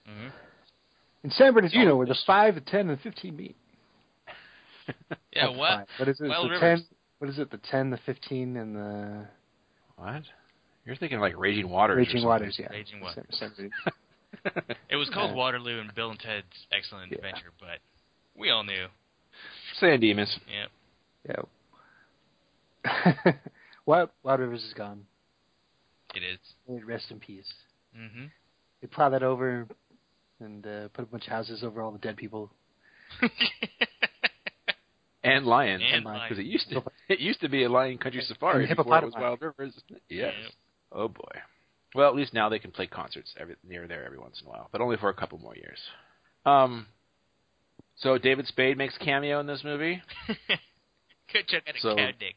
Speaker 3: hmm
Speaker 4: in San
Speaker 3: Oh,
Speaker 4: Bernardino, where the five, the ten, and the fifteen meet.
Speaker 3: Yeah,
Speaker 4: Not the
Speaker 3: what?
Speaker 4: five. What is it?
Speaker 3: Wild
Speaker 4: the
Speaker 3: Rivers.
Speaker 4: ten. What is it? The ten, the fifteen, and the
Speaker 1: What? You're thinking of, like Raging Waters. or
Speaker 4: Raging
Speaker 1: something.
Speaker 4: Waters. Yeah,
Speaker 3: Raging Waters.
Speaker 4: San- San Bernardino.
Speaker 3: It was called
Speaker 4: Yeah.
Speaker 3: Waterloo and Bill and Ted's Excellent
Speaker 4: Yeah.
Speaker 3: Adventure, but we all knew.
Speaker 1: Sand demons.
Speaker 3: Yeah.
Speaker 4: Yeah. [LAUGHS] Wild, Wild Rivers is gone.
Speaker 3: It is.
Speaker 4: May it Rest in peace.
Speaker 3: Mm-hmm.
Speaker 4: They plow that over and uh, put a bunch of houses over all the dead people.
Speaker 1: and lions
Speaker 3: And
Speaker 1: because it
Speaker 3: lions.
Speaker 1: used to [LAUGHS] it used to be a lion country safari
Speaker 4: and
Speaker 1: before it was
Speaker 4: hippopotami.
Speaker 1: wild rivers. Yes.
Speaker 3: Yep.
Speaker 1: Oh boy. Well, at least now they can play concerts every, near there every once in a while, but only for a couple more years. Um. So David Spade makes a cameo in this movie.
Speaker 3: Go check out a
Speaker 1: So-
Speaker 3: cat dick.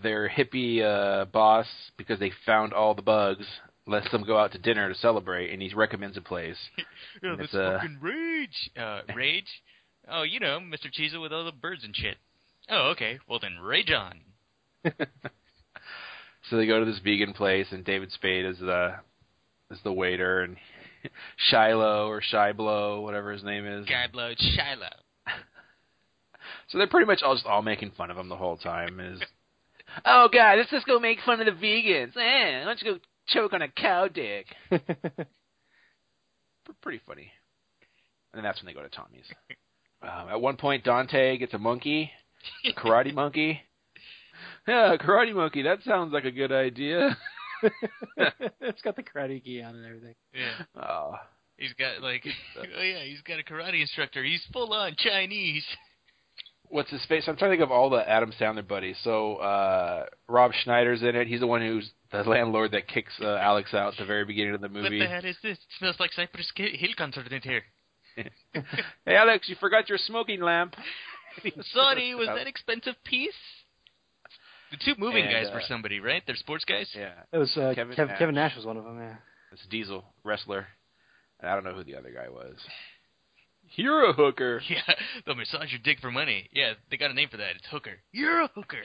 Speaker 1: Their hippie uh, boss, because they found all the bugs, lets them go out to dinner to celebrate, and he recommends a place.
Speaker 3: Yeah,
Speaker 1: And
Speaker 3: that's
Speaker 1: it's, uh,
Speaker 3: fucking rage.
Speaker 1: [LAUGHS]
Speaker 3: Uh, rage? Oh, you know, Mr. Cheezel with all the birds and shit. Oh, okay. Well, then rage on.
Speaker 1: So they go to this vegan place, and David Spade is the is the waiter, and [LAUGHS] Shiloh or Shiblo, whatever his name is.
Speaker 3: Guy blowed Shiloh.
Speaker 1: So they're pretty much all just all making fun of him the whole time. Is [LAUGHS] oh god, let's just go make fun of the vegans. Eh, why don't you go choke on a cow [LAUGHS] dick? P- pretty funny. And then that's when they go to [LAUGHS] Tommy's. Um, at one point, Dante gets a monkey, a [LAUGHS] karate monkey. Yeah, a karate monkey. That sounds like a good idea. [LAUGHS]
Speaker 4: [LAUGHS] it's got the karate gi on and everything.
Speaker 3: Yeah.
Speaker 1: Oh,
Speaker 3: He's
Speaker 1: [LAUGHS]
Speaker 3: got, like, [LAUGHS] oh, yeah, he's got a karate instructor. He's full on Chinese.
Speaker 1: what's his face? I'm trying to think of all the Adam Sandler buddies. So uh, Rob Schneider's in it. He's the one who's the landlord that kicks uh, Alex out at the very beginning of the movie.
Speaker 3: What the hell is this? It smells like Cypress Ki- Hill concert
Speaker 1: [LAUGHS]
Speaker 3: in here.
Speaker 1: Hey Alex, you forgot your smoking lamp. [LAUGHS]
Speaker 3: Sorry, was that expensive piece? The two moving
Speaker 1: And,
Speaker 3: guys
Speaker 1: uh,
Speaker 3: were somebody, right? They're sports guys.
Speaker 1: Yeah,
Speaker 4: That was uh,
Speaker 1: Kevin
Speaker 4: Kevin,
Speaker 1: Nash.
Speaker 4: Kev- Kevin Nash was one of them. Yeah.
Speaker 1: it's Diesel wrestler, and I don't know who the other guy was. You're a hooker.
Speaker 3: [LAUGHS] Yeah, they'll massage your dick for money. Yeah, they got a name for that. It's hooker. You're a hooker.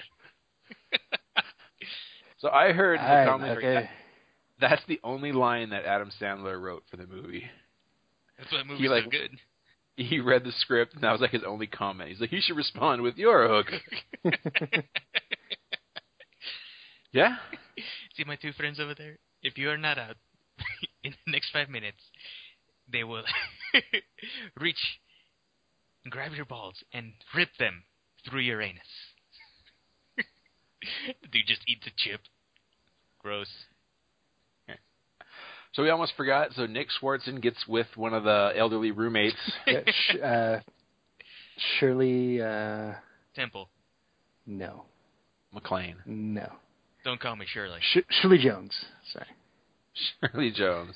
Speaker 1: So I heard the
Speaker 4: Alright,
Speaker 1: commentary.
Speaker 4: okay.
Speaker 1: That's the only line that Adam Sandler wrote for the movie.
Speaker 3: That's why that movie's
Speaker 1: like-
Speaker 3: so good.
Speaker 1: He read the script, and that was like his only comment. He's like, "You should respond with you're a hooker."
Speaker 3: [LAUGHS]
Speaker 1: yeah,
Speaker 3: See my two friends over there? If you are not out [LAUGHS] in the next five minutes, they will [LAUGHS] reach, and grab your balls, and rip them through your anus. [LAUGHS] Dude just eats a chip. Gross.
Speaker 1: So we almost forgot. So Nick Swartzen gets with one of the elderly roommates.
Speaker 4: Yeah, sh- uh, Shirley, uh,
Speaker 3: Temple.
Speaker 4: no,
Speaker 1: McLean, [LAUGHS]
Speaker 4: no,
Speaker 3: Don't call me Shirley.
Speaker 4: Sh- Shirley Jones. Sorry. [LAUGHS]
Speaker 1: Shirley Jones.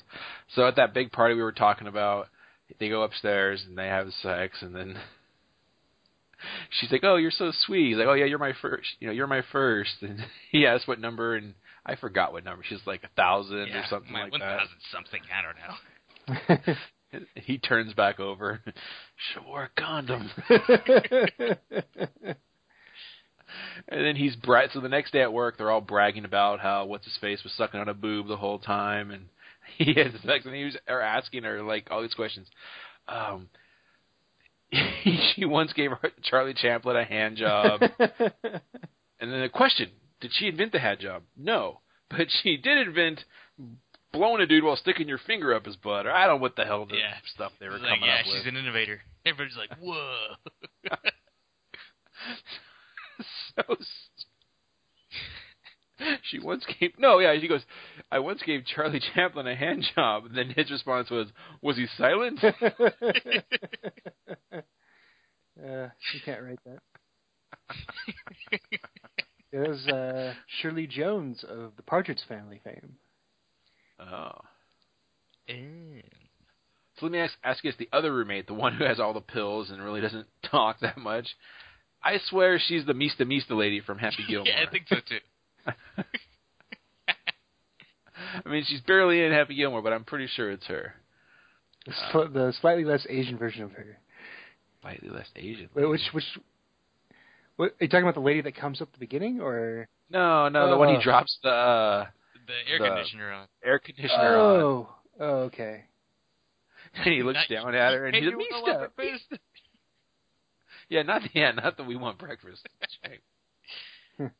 Speaker 1: So at that big party we were talking about, they go upstairs and they have sex, and then [LAUGHS] [LAUGHS] she's like, "Oh, you're so sweet." He's like, "Oh yeah, you're my first. You know, you're my first. And he asks what number, and I forgot what number. She's like a thousand
Speaker 3: yeah,
Speaker 1: or something
Speaker 3: my
Speaker 1: like
Speaker 3: one
Speaker 1: that.
Speaker 3: thousand something. I don't know.
Speaker 1: He turns back over. [LAUGHS] Should wear a condom. And then he's bright. So the next day at work, they're all bragging about how what's his face was sucking on a boob the whole time, and [LAUGHS] he has sex, and he was or asking her like all these questions. Um, [LAUGHS] she once gave her, Charlie Chaplin a hand
Speaker 3: [LAUGHS]
Speaker 1: job, and then the question: Did she invent the hand job? No, but [LAUGHS] she did invent blowing a dude while sticking your finger up his butt, or I don't know what the hell the
Speaker 3: Yeah.
Speaker 1: stuff they were
Speaker 3: It's like,
Speaker 1: coming
Speaker 3: yeah,
Speaker 1: up
Speaker 3: she's
Speaker 1: with.
Speaker 3: an innovator. Everybody's
Speaker 1: [LAUGHS]
Speaker 3: like, whoa.
Speaker 1: [LAUGHS] so s- she once gave no yeah she goes i once gave charlie chaplin a hand job and then his response was was he silent
Speaker 3: [LAUGHS]
Speaker 4: [LAUGHS] uh, you can't write that. [LAUGHS] It was uh, Shirley Jones of the Partridge Family fame.
Speaker 1: oh.
Speaker 3: Eh.
Speaker 1: so let me ask ask you this the other roommate the one who has all the pills and really doesn't [LAUGHS] talk that much i swear she's the mista mista lady from
Speaker 3: [LAUGHS]
Speaker 1: happy gilmore
Speaker 3: yeah, I think so too.
Speaker 1: I mean she's barely in happy gilmore but i'm pretty sure it's her
Speaker 4: The, sl- the slightly less Asian version of her.
Speaker 1: slightly less asian
Speaker 4: Wait, Which, which, what, are you talking about the lady that comes up at the beginning, or
Speaker 1: no no the one
Speaker 3: Oh.
Speaker 4: Uh.
Speaker 1: he drops the uh,
Speaker 3: The air
Speaker 1: The-
Speaker 3: conditioner on.
Speaker 1: air conditioner on
Speaker 4: oh, oh, okay.
Speaker 1: And [LAUGHS] he looks
Speaker 3: Not-
Speaker 1: down at her and
Speaker 3: Hey,
Speaker 1: he's
Speaker 3: you
Speaker 1: like,
Speaker 3: wanna
Speaker 1: "Mista,
Speaker 3: want breakfast?"
Speaker 1: Mista." Yeah, not yeah, not that we want breakfast. Shame.
Speaker 3: [LAUGHS]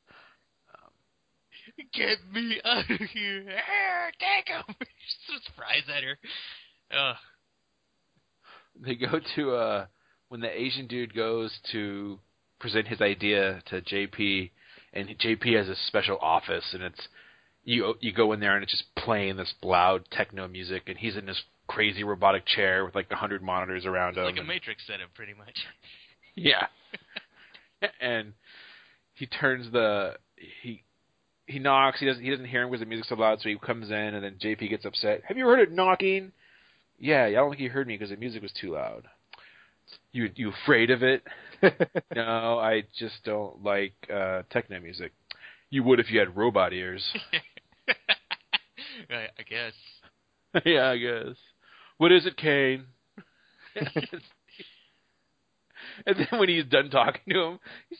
Speaker 3: Get me out of here! Ah, Take him! [LAUGHS] Just fries at her. Ugh.
Speaker 1: they go to uh when the Asian dude goes to present his idea to JP and JP has a special office and it's you you go in there and it's just playing this loud techno music and he's in this crazy robotic chair with like a hundred monitors around him.
Speaker 3: It's like a
Speaker 1: and-
Speaker 3: Matrix setup, pretty much. [LAUGHS]
Speaker 1: Yeah. [LAUGHS] and he turns the he he knocks. He doesn't he doesn't hear him because the music's so loud. So he comes in, and then JP gets upset. Have you heard it knocking? Yeah, I don't think you heard me because the music was too loud. You you afraid of it? no, I just don't like uh, techno music. You would if you had robot ears.
Speaker 3: I, I guess.
Speaker 1: [LAUGHS] yeah, I guess. What is it, Kane? [LAUGHS] and then when he's done talking to him, he's,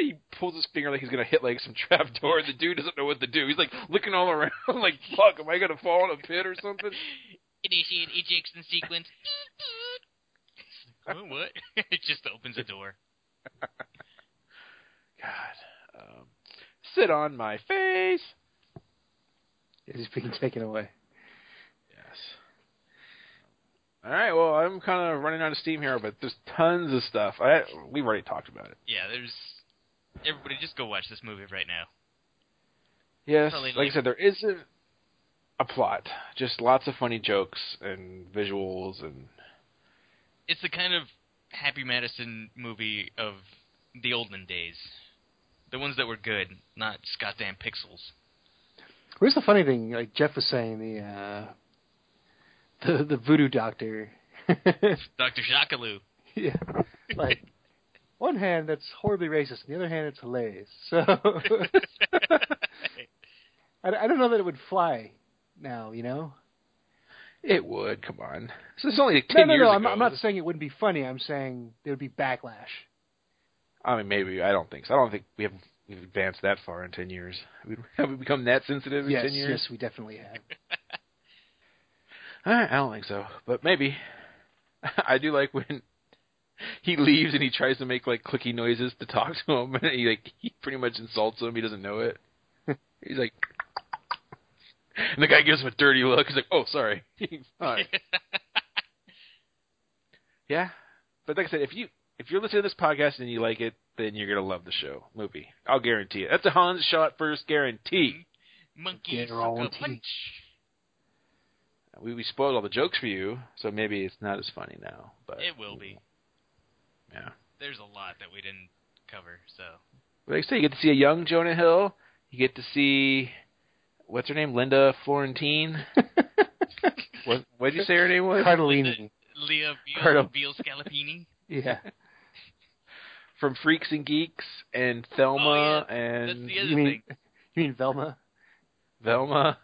Speaker 1: he pulls his finger like he's gonna hit like some trap door. The dude doesn't know what to do. He's like looking all around, [LAUGHS] like fuck, am I gonna fall in a pit or something?
Speaker 5: Initiate ejection sequence.
Speaker 3: Oh, what? [LAUGHS] it just opens a door.
Speaker 1: God, um, sit on my face.
Speaker 4: It's being taken away.
Speaker 1: Yes. All right. Well, I'm kind of running out of steam here, but there's tons of stuff. I we've already talked about it.
Speaker 3: Yeah, there's. Everybody, just go watch this movie right now.
Speaker 1: Yes,
Speaker 3: Probably
Speaker 1: like I
Speaker 3: like-
Speaker 1: said, there isn't a plot. Just lots of funny jokes and visuals, and
Speaker 3: It's the kind of Happy Madison movie of the olden days. The ones that were good, not goddamn pixels.
Speaker 4: Where's the funny thing? Like Jeff was saying, the uh, [LAUGHS] the the voodoo doctor. [LAUGHS]
Speaker 3: Dr. Jackaloo.
Speaker 4: yeah, like one hand that's horribly racist, and the other hand it's hilarious. So [LAUGHS] I, I don't know that it would fly now. You know,
Speaker 1: it would come on. So it's only
Speaker 4: no,
Speaker 1: ten
Speaker 4: no,
Speaker 1: years
Speaker 4: no.
Speaker 1: ago.
Speaker 4: I'm, I'm not saying it wouldn't be funny. I'm saying there would be backlash.
Speaker 1: I mean, maybe I don't think so. I don't think we have we've advanced that far in ten years. Have we, have we become that sensitive in
Speaker 4: Yes,
Speaker 1: ten years?
Speaker 4: yes, we definitely have.
Speaker 1: Eh, I, I don't think so, but maybe. [LAUGHS] I do like when [LAUGHS] he leaves and he tries to make like clicky noises to talk to him, [LAUGHS] and he like he pretty much insults him. He doesn't know it. [LAUGHS] He's like, [LAUGHS] and the guy gives him a dirty look. He's like, "Oh, sorry." [LAUGHS] Fine. yeah, but like I said, if you if you're listening to this podcast and you like it, then you're gonna love the show movie. I'll guarantee it. That's a Hans shot first guarantee.
Speaker 3: [LAUGHS] Monkey
Speaker 4: Get her all
Speaker 3: sucker
Speaker 4: teeth.
Speaker 3: punch.
Speaker 1: We we spoiled all the jokes for you, so maybe it's not as funny now. But
Speaker 3: It will be.
Speaker 1: Yeah.
Speaker 3: There's a lot that we didn't cover, so.
Speaker 1: like I say, you get to see a young Jonah Hill. You get to see what's her name, Linda Florentine. what [LAUGHS] what did you say her name was? [LAUGHS]
Speaker 4: Cardellini. [LAUGHS]
Speaker 3: Leah Veal,
Speaker 1: Cardo-
Speaker 3: Veal Scalapini.
Speaker 4: Yeah.
Speaker 1: From Freaks and Geeks and Thelma
Speaker 3: Oh, That's
Speaker 1: and
Speaker 3: the other
Speaker 4: you mean
Speaker 3: thing.
Speaker 4: you mean Velma?
Speaker 1: Velma.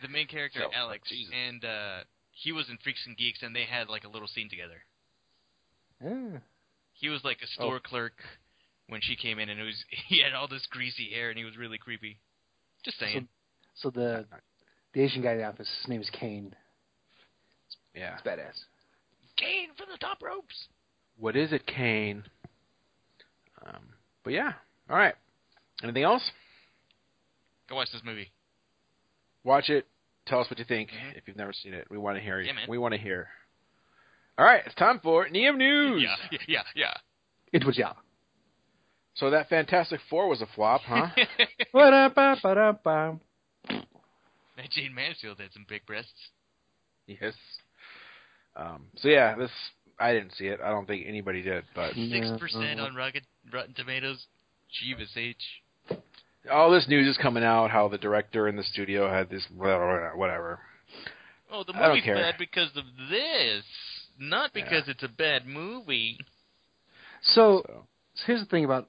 Speaker 3: the main character
Speaker 1: So,
Speaker 3: Alex,
Speaker 1: Jesus.
Speaker 3: and uh, he was in Freaks and Geeks, and they had like a little scene together.
Speaker 4: Ah.
Speaker 3: He was
Speaker 4: Oh.
Speaker 3: like a store clerk when she came in, and it was [LAUGHS] he had all this greasy hair, and he was really creepy. Just saying,
Speaker 4: So the the Asian guy in the office, his name is Kane.
Speaker 1: Yeah.
Speaker 4: It's badass.
Speaker 3: Kane from the top ropes.
Speaker 1: What is it, Kane? Um, but yeah. All right. Anything else?
Speaker 3: Go watch this movie.
Speaker 1: Watch it. Tell us what you think
Speaker 3: Mhm.
Speaker 1: if you've never seen it. We want to hear you.
Speaker 3: Yeah, man.
Speaker 1: we want to hear. All right, it's time for Neum News.
Speaker 3: Yeah, yeah, yeah, yeah.
Speaker 4: It was yeah.
Speaker 1: So that Fantastic Four was a flop, huh?
Speaker 4: [LAUGHS] Ba-da-ba-ba-da-bam.
Speaker 3: That Jane Mansfield had some big breasts.
Speaker 1: yes. Um, so yeah, this I didn't see it. I don't think anybody did. But
Speaker 3: Six
Speaker 4: Yeah.
Speaker 3: percent
Speaker 1: uh-huh.
Speaker 3: on rugged, Rotten Tomatoes. Jeebus H.
Speaker 1: all this news is coming out how the director and the studio had this blah, blah, blah, whatever.
Speaker 3: Oh, the
Speaker 1: I don't
Speaker 3: movie's
Speaker 1: care.
Speaker 3: bad because of this, not because it's a bad movie.
Speaker 4: So
Speaker 1: So
Speaker 4: So here's the thing about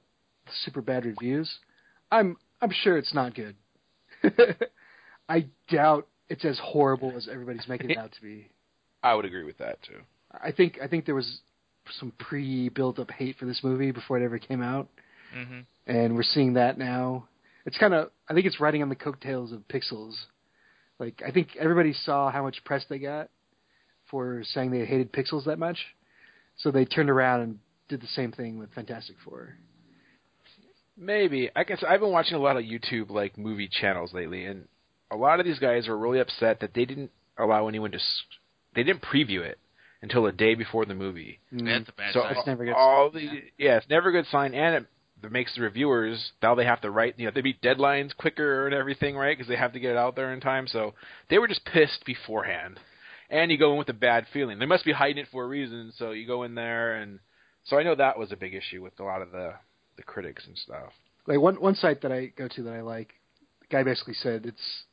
Speaker 4: super bad reviews. I'm I'm sure it's not good. [LAUGHS] I doubt it's as horrible as everybody's making it out to be.
Speaker 1: I would agree with that too.
Speaker 4: I think I think there was some pre built up hate for this movie before it ever came out,
Speaker 3: Mm-hmm.
Speaker 4: and we're seeing that now. It's kind of I think it's riding on the coattails of Pixels. Like I think everybody saw how much press they got for saying they hated Pixels that much, so they turned around and did the same thing with Fantastic Four.
Speaker 1: Maybe I guess I've been watching a lot of YouTube like movie channels lately, and a lot of these guys are really upset that they didn't allow anyone to. s- They didn't preview it until the day before the movie.
Speaker 3: That's a bad
Speaker 1: So
Speaker 3: sign.
Speaker 4: It's never a good
Speaker 1: all the yeah. it's never a good sign, and it, it makes the reviewers now they have to write. You know, they beat deadlines quicker and everything, right? Because they have to get it out there in time. So they were just pissed beforehand, and you go in with a bad feeling. They must be hiding it for a reason. So you go in there, and so I know that was a big issue with a lot of the the critics and stuff.
Speaker 4: like one one site that I go to that I like, the guy basically said it's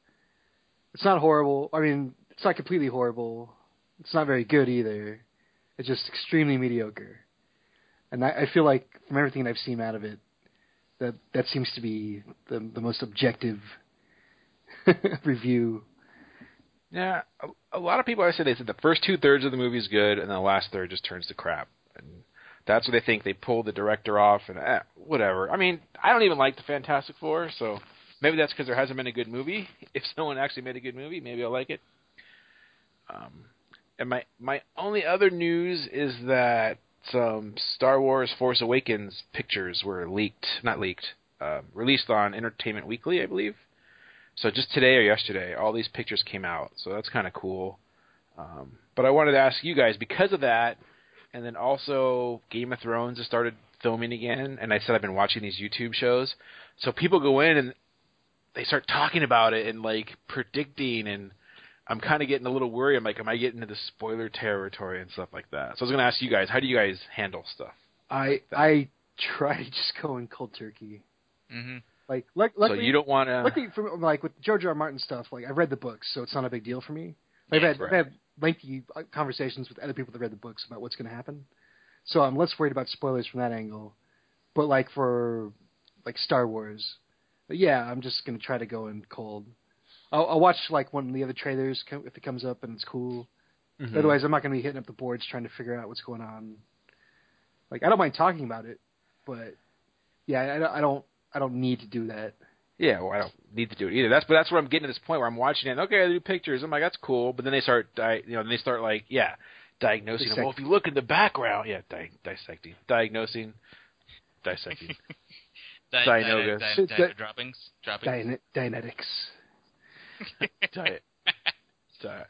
Speaker 4: it's not horrible. I mean, it's not completely horrible. It's not very good either. It's just extremely mediocre. And I, I feel like from everything I've seen out of it, that that seems to be the the most objective [LAUGHS] review.
Speaker 1: Yeah, a, a lot of people I say they said the first two thirds of the movie is good, and the last third just turns to crap. And that's what they think. They pulled the director off, and eh, whatever. I mean, I don't even like the Fantastic Four, so maybe that's because there hasn't been a good movie. [LAUGHS] If someone actually made a good movie, maybe I'll like it. Um, and my my only other news is that some Star Wars Force Awakens pictures were leaked, not leaked, uh, released on Entertainment Weekly, I believe. So just today or yesterday, all these pictures came out. So that's kind of cool. Um, but I wanted to ask you guys because of that, and then also Game of Thrones has started filming again, and I said I've been watching these YouTube shows. So people go in and they start talking about it and like predicting, and I'm kind of getting a little worried. I'm like, am I getting into the spoiler territory and stuff like that? So I was gonna ask you guys, how do you guys handle stuff?
Speaker 4: I I try to just go in cold turkey.
Speaker 1: uh,
Speaker 3: Mm-hmm.
Speaker 4: Like luck, luckily,
Speaker 1: so you don't want to.
Speaker 4: luckily for like with George R. R. Martin stuff, like I've read the books, so it's not a big deal for me. Like,
Speaker 3: Yeah,
Speaker 4: I've, had,
Speaker 1: right.
Speaker 4: I've had lengthy uh, conversations with other people that read the books about what's going to happen, so I'm less worried about spoilers from that angle. But like for like Star Wars, but yeah, I'm just going to try to go in cold. I'll, I'll watch like one of the other trailers co- if it comes up and it's cool.
Speaker 1: Mm-hmm.
Speaker 4: Otherwise, I'm not going to be hitting up the boards trying to figure out what's going on. Like I don't mind talking about it, but yeah, I- I don't I don't, I don't need to do that.
Speaker 1: Yeah, well, I don't need to do it either. That's but that's where I'm getting to this point where I'm watching it. And, okay, they do pictures. I'm like, that's cool. But then they start, di- you know, then they start like, yeah, diagnosing. Well, if you look in the background, yeah, di- dissecting, diagnosing,
Speaker 4: [LAUGHS]
Speaker 1: dissecting.
Speaker 3: Di-
Speaker 1: Dinogas.
Speaker 3: di-
Speaker 4: So
Speaker 3: di- di-
Speaker 4: that-
Speaker 3: droppings. Droppings.
Speaker 4: Dyna- Dynetics.
Speaker 1: di- di-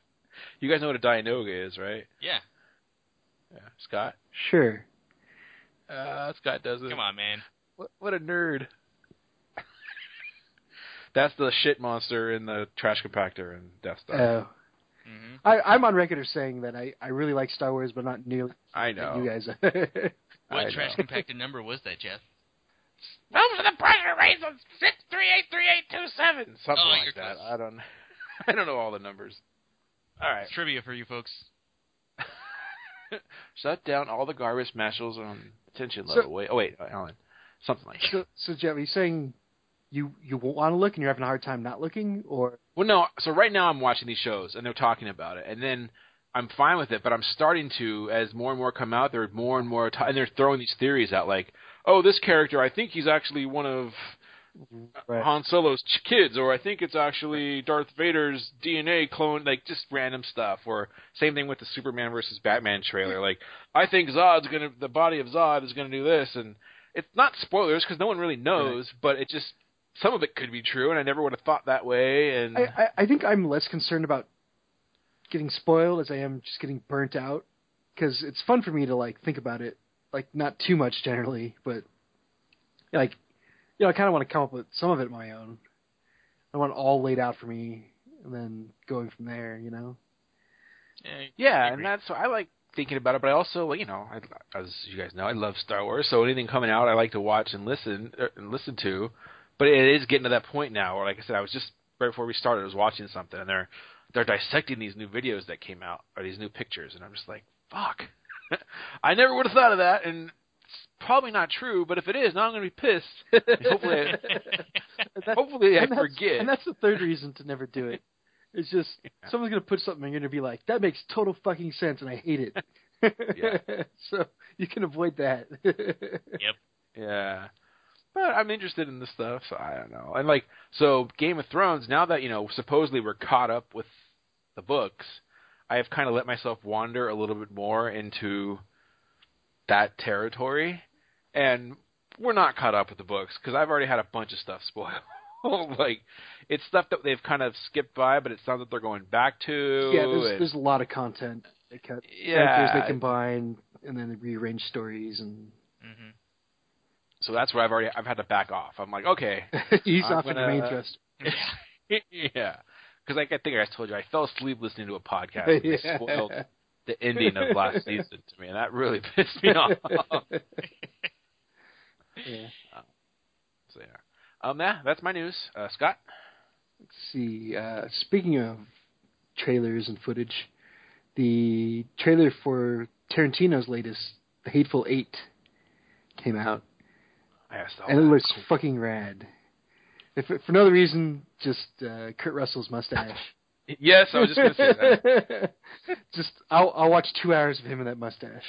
Speaker 1: you guys know what a dianoga is, right?
Speaker 3: yeah.
Speaker 1: Yeah. Scott.
Speaker 4: Sure.
Speaker 1: Uh, Scott does it.
Speaker 3: Come on, man.
Speaker 1: What, what a nerd. that's the shit monster in the trash compactor and Death Star.
Speaker 4: Uh,
Speaker 3: Mm-hmm.
Speaker 4: I, I'm on record as saying that I, I really like Star Wars, but not nearly
Speaker 1: I
Speaker 4: like
Speaker 1: know.
Speaker 4: you guys. [LAUGHS] are.
Speaker 1: I
Speaker 3: What
Speaker 1: know.
Speaker 3: trash compacted number was that,
Speaker 1: [LAUGHS]
Speaker 3: Jeff?
Speaker 1: Those are the pressure rates of six three eight three eight two seven. Something
Speaker 3: Oh, you're
Speaker 1: like that.
Speaker 3: close.
Speaker 1: I don't [LAUGHS] I don't know all the numbers. All right.
Speaker 3: Trivia for you folks.
Speaker 1: Shut down all the garbage mashals on attention
Speaker 4: So-
Speaker 1: level. wait oh wait, Alan. Something like that.
Speaker 4: so, so Jeff, are you saying you you want to look and you're having a hard time not looking, or
Speaker 1: [LAUGHS] Well, no. So right now I'm watching these shows and they're talking about it, and then I'm fine with it. But I'm starting to, as more and more come out, there are more and more, t- and they're throwing these theories out, like, oh, this character, I think he's actually one of
Speaker 4: Right.
Speaker 1: Han Solo's ch- kids, or I think it's actually Darth Vader's DNA clone, like just random stuff. Or same thing with the Superman versus Batman trailer, like, I think Zod's gonna, the body of Zod is gonna do this, and it's not spoilers because no one really knows, but it just. Some of it could be true, and I never would have thought that way. And
Speaker 4: I, I I think I'm less concerned about getting spoiled as I am just getting burnt out because it's fun for me to like think about it, like not too much generally, but like you know I kind of want to come up with some of it my own. I want it all laid out for me, and then going from there, you know.
Speaker 1: [LAUGHS]
Speaker 3: Yeah,
Speaker 1: Yeah, and
Speaker 3: agree.
Speaker 1: that's I like thinking about it. But I also, you know, I, as you guys know, I love Star Wars. So anything coming out, I like to watch and listen er, and listen to. But it is getting to that point now where, like I said, I was just right before we started, I was watching something, and they're they're dissecting these new videos that came out or these new pictures, and I'm just like, fuck, [LAUGHS] I never would have thought of that, and. It's probably not true, but if it is, now I'm going to be pissed.
Speaker 4: [LAUGHS]
Speaker 1: hopefully,
Speaker 4: That-
Speaker 1: hopefully I
Speaker 4: and that's-
Speaker 1: forget.
Speaker 4: And that's the third reason to never do it.
Speaker 1: [LAUGHS]
Speaker 4: It's just someone's gonna put something and you're gonna be like, that makes total fucking sense and I hate it.
Speaker 1: [LAUGHS]
Speaker 4: [LAUGHS]
Speaker 1: Yeah.
Speaker 4: so you can avoid that. [LAUGHS]
Speaker 1: Yeah. But I'm interested in this stuff, so I don't know. And like so Game of Thrones, now that, you know, supposedly we're caught up with the books, I have kind of let myself wander a little bit more into that territory. And we're not caught up with the books because I've already had a bunch of stuff [LAUGHS] spoiled. like it's stuff that they've kind of skipped by, but it sounds like they're going back to.
Speaker 4: yeah, there's,
Speaker 1: and-
Speaker 4: there's a lot of content. They cut characters
Speaker 1: yeah,
Speaker 4: they combine and then they rearrange stories and [LAUGHS]
Speaker 3: hmm
Speaker 1: so that's where I've already I've had to back off. I'm like, okay,
Speaker 4: he's
Speaker 1: I'm
Speaker 4: off into main
Speaker 1: gonna- [LAUGHS]
Speaker 4: thrust.
Speaker 3: yeah.
Speaker 1: yeah. Because like I think I told you, I fell asleep listening to a podcast. And [LAUGHS] they
Speaker 4: [LAUGHS] Yeah.
Speaker 1: spoiled the ending of [LAUGHS] last season to me, and that really [LAUGHS] pissed me off.
Speaker 4: Yeah.
Speaker 1: so yeah, um, yeah, that's my news. Uh, Scott,
Speaker 4: Let's see. Uh, speaking of trailers and footage, the trailer for Tarantino's latest, The Hateful Eight, came out.
Speaker 1: I asked. all
Speaker 4: and it
Speaker 1: that.
Speaker 4: looks fucking rad. If for no other reason, just uh, Kurt Russell's mustache.
Speaker 1: Yes, I was just gonna say [LAUGHS] that.
Speaker 4: [LAUGHS] Just I'll I'll watch two hours of him in that mustache.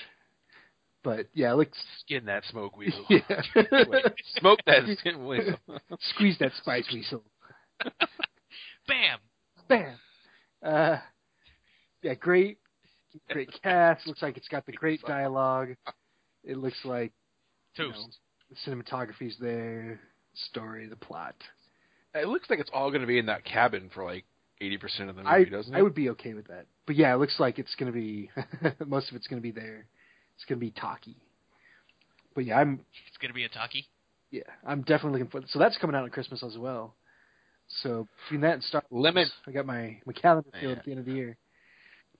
Speaker 4: But yeah, it
Speaker 1: [LAUGHS]
Speaker 4: looks
Speaker 1: Skin that smoke weasel. [LAUGHS]
Speaker 4: yeah.
Speaker 1: Smoke that skin [LAUGHS] weasel.
Speaker 4: [LAUGHS] Squeeze that spice weasel.
Speaker 3: Bam.
Speaker 4: Bam. Uh, yeah, great, great cast. Looks like it's got the great dialogue. It looks like you
Speaker 3: Toast.
Speaker 4: know, the cinematography's there, story, the plot.
Speaker 1: It looks like it's all going to be in that cabin for like eighty percent of the movie,
Speaker 4: I
Speaker 1: doesn't it?
Speaker 4: I would be okay with that. But yeah, it looks like it's gonna be [LAUGHS] most of it's gonna be there. It's gonna be talky. But yeah, I'm
Speaker 3: It's gonna be a talkie.
Speaker 4: yeah, I'm definitely looking for. So that's coming out on Christmas as well. So between that and Star Wars,
Speaker 1: Limit-
Speaker 4: I got my my calendar filled
Speaker 1: Yeah.
Speaker 4: at the end of the year.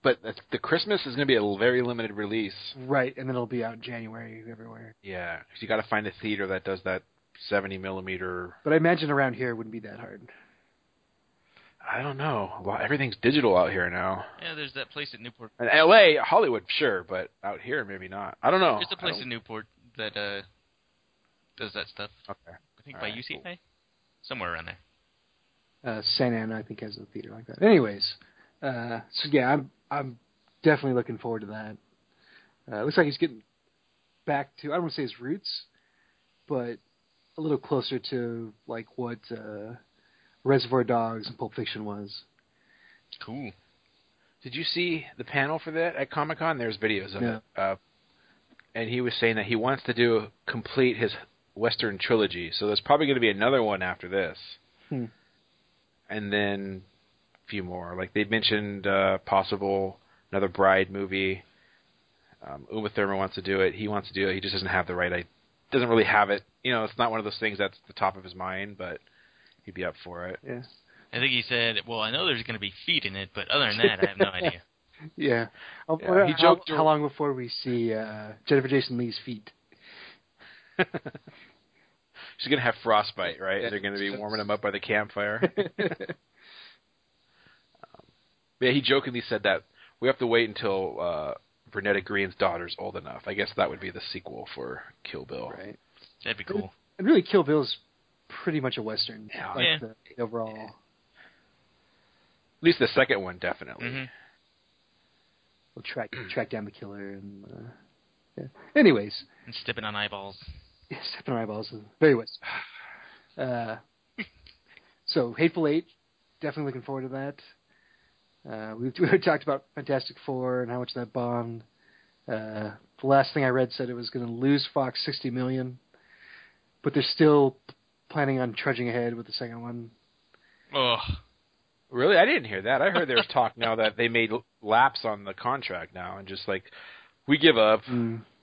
Speaker 1: But that's- the Christmas is going to be a very limited release.
Speaker 4: Right, and then it'll be out in January everywhere.
Speaker 1: Yeah, 'cause you got to find a theater that does that seventy millimeter
Speaker 4: But I imagine around here it wouldn't be that hard.
Speaker 1: I don't know. A lot, everything's digital out here now.
Speaker 3: Yeah, there's that place at Newport.
Speaker 1: In L.A., Hollywood, sure, but out here, maybe not. I don't know.
Speaker 3: There's a
Speaker 1: Oh, I
Speaker 3: place
Speaker 1: don't-
Speaker 3: in Newport that uh does that stuff.
Speaker 1: okay.
Speaker 3: I think
Speaker 1: All
Speaker 3: by
Speaker 1: right,
Speaker 3: UCI, somewhere around there.
Speaker 4: Uh, Santa Ana, I think, has a theater like that. Anyways, uh, so yeah, I'm I'm definitely looking forward to that. Uh, it looks like he's getting back to I don't want to say his roots, but a little closer to like what uh, Reservoir Dogs and Pulp Fiction was.
Speaker 3: Cool.
Speaker 1: Did you see the panel for that at Comic Con? There's videos of
Speaker 4: No.
Speaker 1: it. Uh, and he was saying that he wants to do complete his Western trilogy. So there's probably going to be another one after this,
Speaker 4: Hmm.
Speaker 1: and then a few more. Like they mentioned, uh, possible another Bride movie. Um, Uma Thurman wants to do it. He wants to do it. He just doesn't have the right. I doesn't really have it. You know, it's not one of those things that's the top of his mind, but he'd be up for it.
Speaker 4: Yeah,
Speaker 3: I think he said, "Well, I know there's going to be feet in it, but other than that, I have no [LAUGHS] idea."
Speaker 4: yeah. I'll-
Speaker 1: Yeah, he
Speaker 4: how,
Speaker 1: joked-
Speaker 4: how long before we see uh, Jennifer Jason Lee's feet?
Speaker 1: She's gonna have frostbite, right? They're gonna be warming him up by the campfire. [LAUGHS] Um, Yeah, he jokingly said that we have to wait until uh, Bernetta Green's daughter's old enough. I guess that would be the sequel for Kill Bill.
Speaker 4: right.
Speaker 3: That'd be cool.
Speaker 4: And really, Kill Bill's pretty much a western.
Speaker 1: Yeah.
Speaker 4: Like
Speaker 3: Yeah.
Speaker 4: The, the overall.
Speaker 1: At least the second one, definitely.
Speaker 3: Mhm.
Speaker 4: We'll track track down the killer and. Uh, yeah. Anyways, [LAUGHS]
Speaker 3: And stepping on eyeballs.
Speaker 4: yeah, stepping on eyeballs is very western. [SIGHS] Uh, so Hateful Eight, definitely looking forward to that. Uh, [LAUGHS] we, we talked about Fantastic Four and how much that bombed. Uh, the last thing I read said it was going to lose Fox 60 million, but they're still planning on trudging ahead with the second one.
Speaker 3: Oh,
Speaker 1: Really, I didn't hear that. I heard there was talk now that they made laps on the contract now and just like we give up.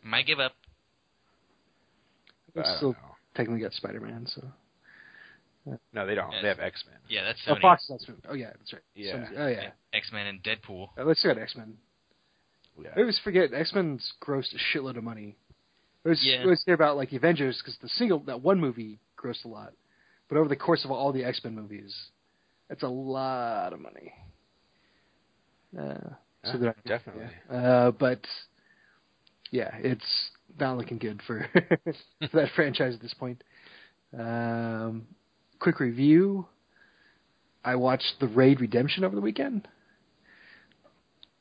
Speaker 3: might give up.
Speaker 1: I don't
Speaker 4: still
Speaker 1: know.
Speaker 4: technically got Spider Man, so
Speaker 1: No, they don't. They have X Men.
Speaker 3: Yeah, that's
Speaker 4: oh,
Speaker 3: Sony.
Speaker 4: Fox is X Men. Oh yeah, that's right.
Speaker 1: Yeah.
Speaker 4: Sony's- oh yeah.
Speaker 3: X Men and Deadpool.
Speaker 4: Uh, Let's talk about X Men. I
Speaker 1: Yeah.
Speaker 4: always forget X Men's grossed a shitload of money. I always,
Speaker 3: Yeah.
Speaker 4: I always hear about like the Avengers because the single that one movie grossed a lot, but over the course of all the X Men movies, that's a lot of money. Uh, so
Speaker 1: Yeah,
Speaker 4: they're-
Speaker 1: definitely.
Speaker 4: yeah. Uh, but yeah, it's not looking good for, [LAUGHS] for that franchise at this point. Um, quick review. I watched The Raid Redemption over the weekend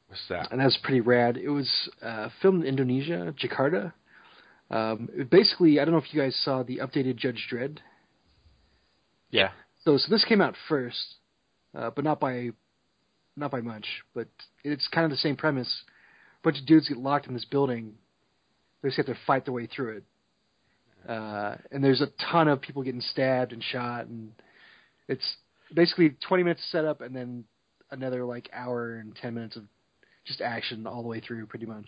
Speaker 1: What's that?
Speaker 4: and that was pretty rad. It was uh, filmed in Indonesia, Jakarta. Um, it basically, I don't know if you guys saw the updated Judge Dredd.
Speaker 1: Yeah.
Speaker 4: So, so this came out first, uh, but not by, not by much. But it's kind of the same premise. A bunch of dudes get locked in this building. They just have to fight their way through it. Uh, and there's a ton of people getting stabbed and shot, and it's basically 20 minutes of setup and then another like hour and 10 minutes of just action all the way through, pretty much.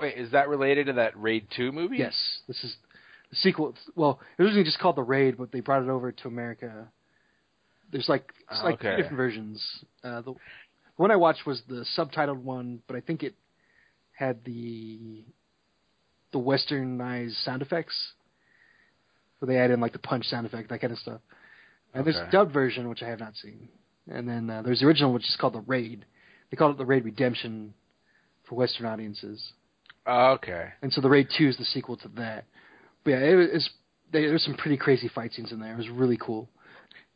Speaker 1: Wait, is that related to that Raid Two movie?
Speaker 4: Yes, this is the sequel. Well, it was originally just called The Raid, but they brought it over to America. There's like it's
Speaker 1: Oh,
Speaker 4: like three
Speaker 1: okay.
Speaker 4: different versions. Uh, the, the one I watched was the subtitled one, but I think it had the the westernized sound effects, so they add in like the punch sound effect, that kind of stuff. And there's
Speaker 1: Okay.
Speaker 4: a dubbed version which I have not seen, and then uh, there's the original which is called The Raid. They called it The Raid Redemption for Western audiences
Speaker 1: Oh, Okay.
Speaker 4: and so the raid two is the sequel to that. But yeah, it was it's- there- there's some pretty crazy fight scenes in there. It was really cool.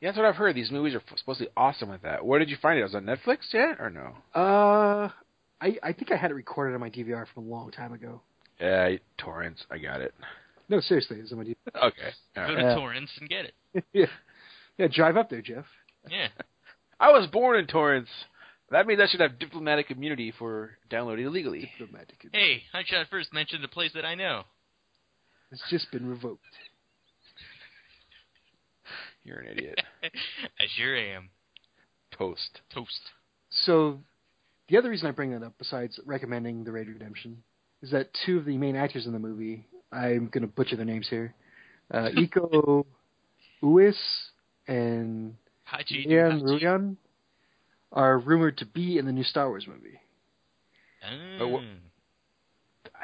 Speaker 1: Yeah, that's what I've heard. These movies are f- supposed to be awesome with that. Where did you find it? Was it on Netflix yet or no?
Speaker 4: Uh, I I think I had it recorded on my DVR from a long time ago.
Speaker 1: Yeah, torrents. Uh, I got it.
Speaker 4: No, seriously, it's on my DVR.
Speaker 1: [LAUGHS] Okay. [LAUGHS] All
Speaker 3: Go
Speaker 1: right.
Speaker 3: to
Speaker 4: Uh,
Speaker 3: torrents and get it.
Speaker 4: yeah, yeah, drive up there, Jeff.
Speaker 3: Yeah.
Speaker 1: I was born in torrents. That means I should have diplomatic immunity for downloading illegally.
Speaker 4: Diplomatic.
Speaker 3: Hey, Hotshot first mentioned a place that I know. [LAUGHS]
Speaker 4: It's just been revoked.
Speaker 1: You're an [LAUGHS] idiot.
Speaker 3: I sure am.
Speaker 1: Toast.
Speaker 3: Toast.
Speaker 4: So, the other reason I bring that up, besides recommending the Raid Redemption, is that two of the main actors in the movie, I'm going to butcher their names here, uh, Iko Uwais and
Speaker 3: Hachi.
Speaker 4: and
Speaker 3: Hachi.
Speaker 4: Ruyan are rumored to be in the new Star Wars movie.
Speaker 1: Oh, wha-
Speaker 3: Mm.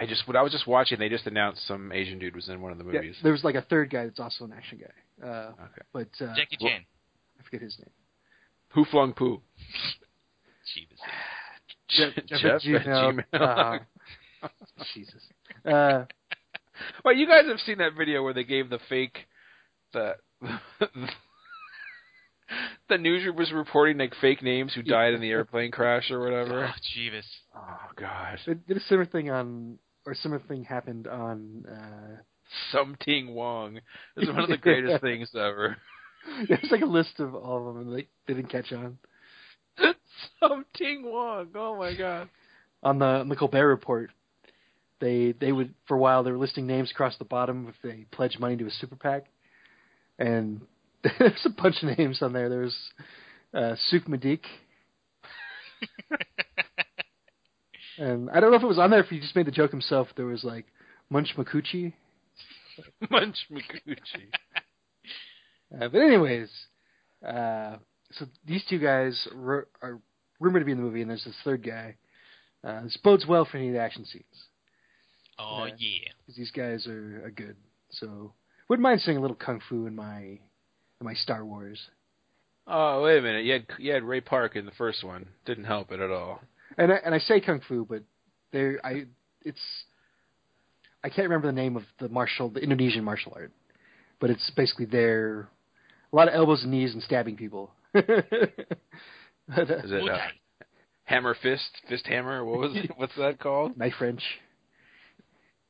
Speaker 1: I just what I was just watching. They just announced some Asian dude was in one of the movies.
Speaker 4: there was like a third guy that's also an action guy, uh,
Speaker 1: Okay.
Speaker 4: but uh,
Speaker 3: Jackie
Speaker 1: wha-
Speaker 3: Chan.
Speaker 4: I forget his name. [LAUGHS]
Speaker 1: Who flung poo?
Speaker 3: Jeebus.
Speaker 1: [LAUGHS]
Speaker 4: Jeff- Jeff at Gmail.
Speaker 1: Gmail.
Speaker 4: Uh, Um, Jesus. Uh,
Speaker 1: Well, you guys have seen that video where they gave the fake the [LAUGHS] the newsroom was reporting like fake names who died in the airplane crash or
Speaker 3: Oh,
Speaker 1: whatever.
Speaker 3: Jeebus.
Speaker 1: [LAUGHS] Oh god.
Speaker 4: they did a similar thing on, or similar thing happened on. Uh, [LAUGHS]
Speaker 1: Something Wong is one of the [LAUGHS] greatest things ever.
Speaker 4: there's like a list of all of them that they didn't catch on
Speaker 1: Something Wong. Oh my god.
Speaker 4: on the on the Colbert Report. They they would for a while they were listing names across the bottom if they pledged money to a super PAC, and [LAUGHS] there's a bunch of names on there. There's uh, Souk Madik. And I don't know if it was on there if he just made the joke himself. There was like Munch Makuchi.
Speaker 1: [LAUGHS] Munch Makuchi.
Speaker 4: Uh, but anyways, uh, so these two guys ru- are rumored to be in the movie, and there's this third guy. Uh, this bodes well for any of the action scenes
Speaker 3: Oh,
Speaker 4: Yeah.
Speaker 3: yeah.
Speaker 4: because these guys are, are good. So wouldn't mind seeing a little kung fu in my in my Star Wars.
Speaker 1: Oh wait a minute. You had you had Ray Park in the first one. Didn't help it at all.
Speaker 4: And I, and I say kung fu, but there I it's I can't remember the name of the martial the Indonesian martial art, but it's basically their a lot of elbows and knees and stabbing people. [LAUGHS] But, uh,
Speaker 1: Is it uh, hammer fist, fist hammer? What [LAUGHS] was it? What's that called?
Speaker 4: knife wrench.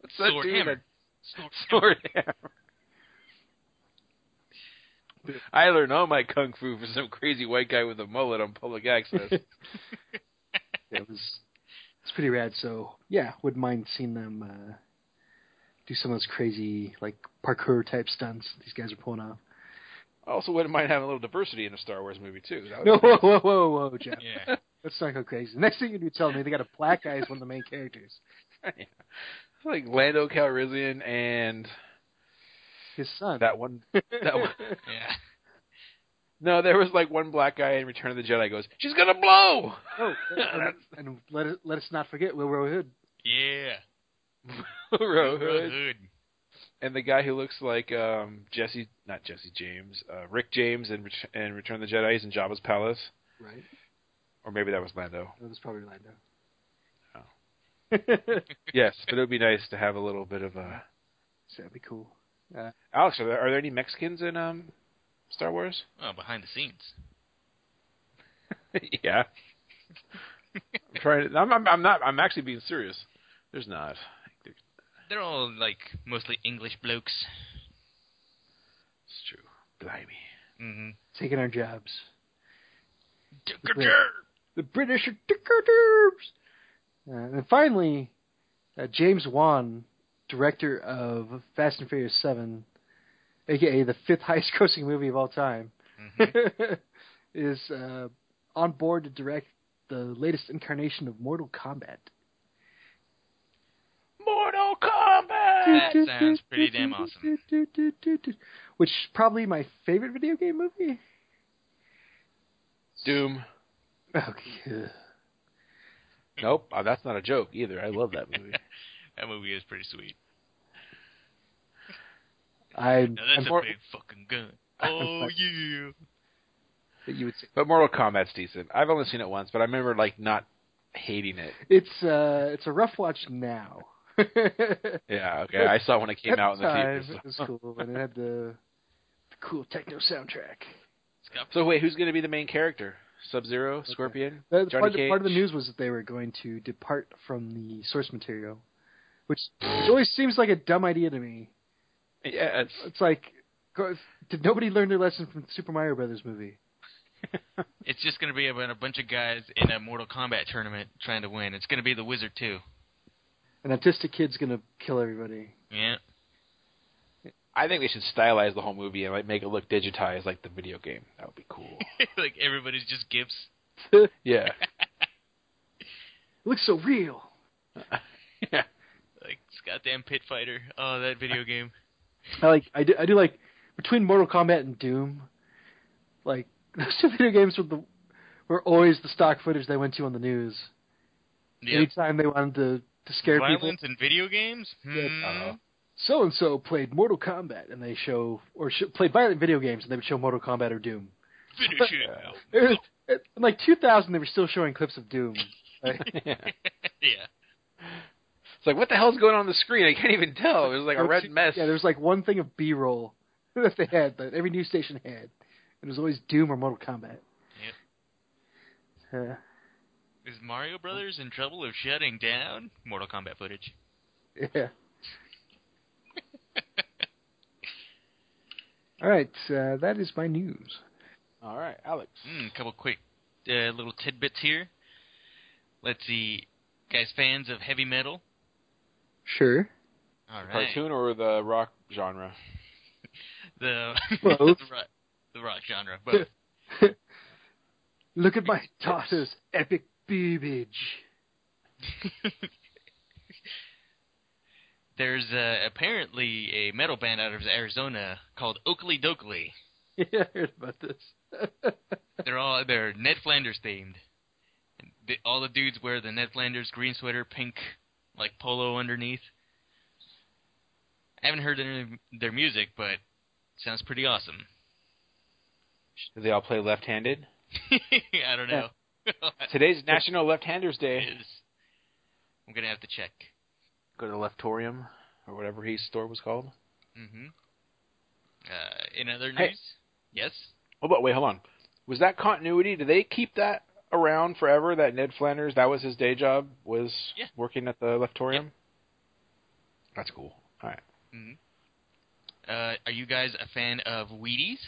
Speaker 1: What's that
Speaker 3: Sword
Speaker 1: dude?
Speaker 3: hammer. Snort.
Speaker 1: [LAUGHS] Sword hammer. I learned all my kung fu from some crazy white guy with a mullet on public access.
Speaker 4: it was it's pretty rad. So yeah, wouldn't mind seeing them uh, do some of those crazy like parkour type stunts these guys are pulling off.
Speaker 1: I also wouldn't mind having a little diversity in a Star Wars movie too. That would
Speaker 4: No,
Speaker 1: be-
Speaker 4: [LAUGHS] whoa, whoa, whoa, whoa,
Speaker 1: [LAUGHS]
Speaker 4: Jeff.
Speaker 3: Yeah.
Speaker 4: Let's not go crazy. The next thing you do, tell me they got a black guy as one of the main characters.
Speaker 1: [LAUGHS] like Lando Calrissian and
Speaker 4: His son.
Speaker 1: that one.
Speaker 4: [LAUGHS]
Speaker 1: That one.
Speaker 3: Yeah.
Speaker 1: No, there was like one black guy in Return of the Jedi goes, "She's gonna blow." [LAUGHS]
Speaker 4: Oh, and, and let us, let us not forget Wilbur Hood.
Speaker 3: Yeah.
Speaker 1: [LAUGHS]
Speaker 3: [LAUGHS]
Speaker 1: Row
Speaker 3: Brotherhood.
Speaker 1: Hood. and the guy who looks like um Jesse, not Jesse James, uh, Rick James in, Ret- in Return of the Jedi is in Jabba's palace,
Speaker 4: Right.
Speaker 1: or maybe that was Lando.
Speaker 4: That was probably Lando.
Speaker 1: Oh.
Speaker 4: so
Speaker 1: yes, but it would be nice to have a little bit of a.
Speaker 4: that'd be cool.
Speaker 1: Alex, are there, are there any Mexicans in um Star Wars? [LAUGHS]
Speaker 3: Oh, behind the scenes.
Speaker 1: yeah. I'm trying. To, I'm, I'm. I'm not. I'm actually being serious. There's not. It's
Speaker 3: They're all like mostly English blokes.
Speaker 1: true. Blimey.
Speaker 3: Mm-hmm.
Speaker 4: Taking our jobs.
Speaker 3: Durr.
Speaker 4: The British are dictators. Uh, and finally, uh, James Wan, director of Fast and Furious Seven, aka the fifth [LAUGHS] highest-grossing movie of all time,
Speaker 3: Mhm.
Speaker 4: [LAUGHS] is uh, on board to direct the latest incarnation of Mortal Kombat.
Speaker 1: Mortal Kombat.
Speaker 3: That sounds pretty damn awesome.
Speaker 4: [LAUGHS] Which is probably my favorite video game movie.
Speaker 1: Doom.
Speaker 4: Okay.
Speaker 1: Nope. Oh, that's not a joke either. I love that
Speaker 4: [LAUGHS]
Speaker 1: movie.
Speaker 3: That movie is pretty sweet.
Speaker 4: I'm,
Speaker 3: Now that's
Speaker 4: I'm
Speaker 3: a
Speaker 4: more-
Speaker 3: big fucking
Speaker 4: [LAUGHS]
Speaker 3: gun. Oh yeah.
Speaker 4: that you would say.
Speaker 1: But Mortal Kombat's decent. I've only seen it once, but I remember like not hating it.
Speaker 4: It's uh, it's a rough watch now. Came
Speaker 1: Yeah, okay. I saw it when it came out in the
Speaker 4: time,
Speaker 1: theaters.
Speaker 4: It was cool, and it had the, the cool techno soundtrack.
Speaker 1: So wait, who's going to be the main character? Sub Zero, Scorpion,
Speaker 4: Uh,
Speaker 1: Johnny
Speaker 4: part, of,
Speaker 1: Cage.
Speaker 4: part of the news was that they were going to depart from the source material, which, which always seems like a dumb idea to me.
Speaker 1: Yeah, it's,
Speaker 4: It's like, go- did nobody learn their lesson from the Super Mario Brothers movie?
Speaker 3: It's just gonna be about a bunch of guys in a Mortal Kombat tournament trying to win. It's gonna be the Wizard too.
Speaker 4: An autistic kid's gonna kill everybody. [LAUGHS]
Speaker 3: Yeah. [LAUGHS]
Speaker 1: I think they should stylize the whole movie and like make it look digitized like the video game. That would be cool.
Speaker 3: like everybody's just gifts.
Speaker 1: yeah.
Speaker 4: It looks so real.
Speaker 1: yeah.
Speaker 3: Like this goddamn pit fighter. Oh, that
Speaker 4: [LAUGHS]
Speaker 3: video game.
Speaker 4: I like. I do. I do like between Mortal Kombat and Doom. Like [LAUGHS] those two video games were the were always the stock footage they went to on the news.
Speaker 3: Yeah.
Speaker 4: Anytime they wanted to to scare people,
Speaker 3: Violence in video games? Hmm.
Speaker 1: Uh,
Speaker 4: so and so played Mortal Kombat, and they show or sh- played violent video games, and they would show Mortal Kombat or Doom. [LAUGHS]
Speaker 3: Finish it.
Speaker 4: It was- it- in like 2000, they were still showing clips of Doom. Like,
Speaker 1: yeah.
Speaker 3: yeah.
Speaker 1: It's like what the hell's going on the screen? I can't even tell. It was like a
Speaker 4: Those
Speaker 1: red
Speaker 4: two-
Speaker 1: mess.
Speaker 4: Yeah, there was like one thing of B roll [LAUGHS] that they had that every news station had. and It was always Doom or Mortal Kombat. Uh,
Speaker 3: Is Mario Brothers in trouble of shutting down? Mortal Kombat footage.
Speaker 4: [LAUGHS]
Speaker 1: [LAUGHS]
Speaker 4: yeah. All right, uh, that is my news.
Speaker 1: All right, Alex.
Speaker 3: Mm, a couple quick uh, little tidbits here. Let's see. Guys, fans of heavy metal?
Speaker 4: Sure.
Speaker 3: All right.
Speaker 1: Cartoon or the rock genre?
Speaker 3: [LAUGHS] The, [LAUGHS]
Speaker 4: Both.
Speaker 3: the, rock, the rock genre. Both.
Speaker 4: Look at my daughter's epic boobage.
Speaker 3: There's uh, apparently a metal band out of Arizona called Oakley Dokley.
Speaker 4: [LAUGHS] yeah, I heard about this.
Speaker 3: They're all they're Ned Flanders themed. And the- all the dudes wear the Ned Flanders green sweater, pink like polo underneath. I haven't heard any of their music, but it sounds pretty awesome. [LAUGHS]
Speaker 1: Do they all play left-handed?
Speaker 3: I don't know. [LAUGHS]
Speaker 1: Today's National Left-Handers Day.
Speaker 3: It is. I'm gonna have to check.
Speaker 1: Go to Leftorium or whatever his store was called.
Speaker 3: hmm Mm-hmm. in other
Speaker 1: Hey.
Speaker 3: news, yes,
Speaker 1: Oh, but wait, hold on. Was that continuity? Do they keep that around forever? That Ned Flanders, that was his day job, was
Speaker 3: Yeah.
Speaker 1: working at the Leftorium. That's cool. All right.
Speaker 3: uh, are you guys a fan of Wheaties?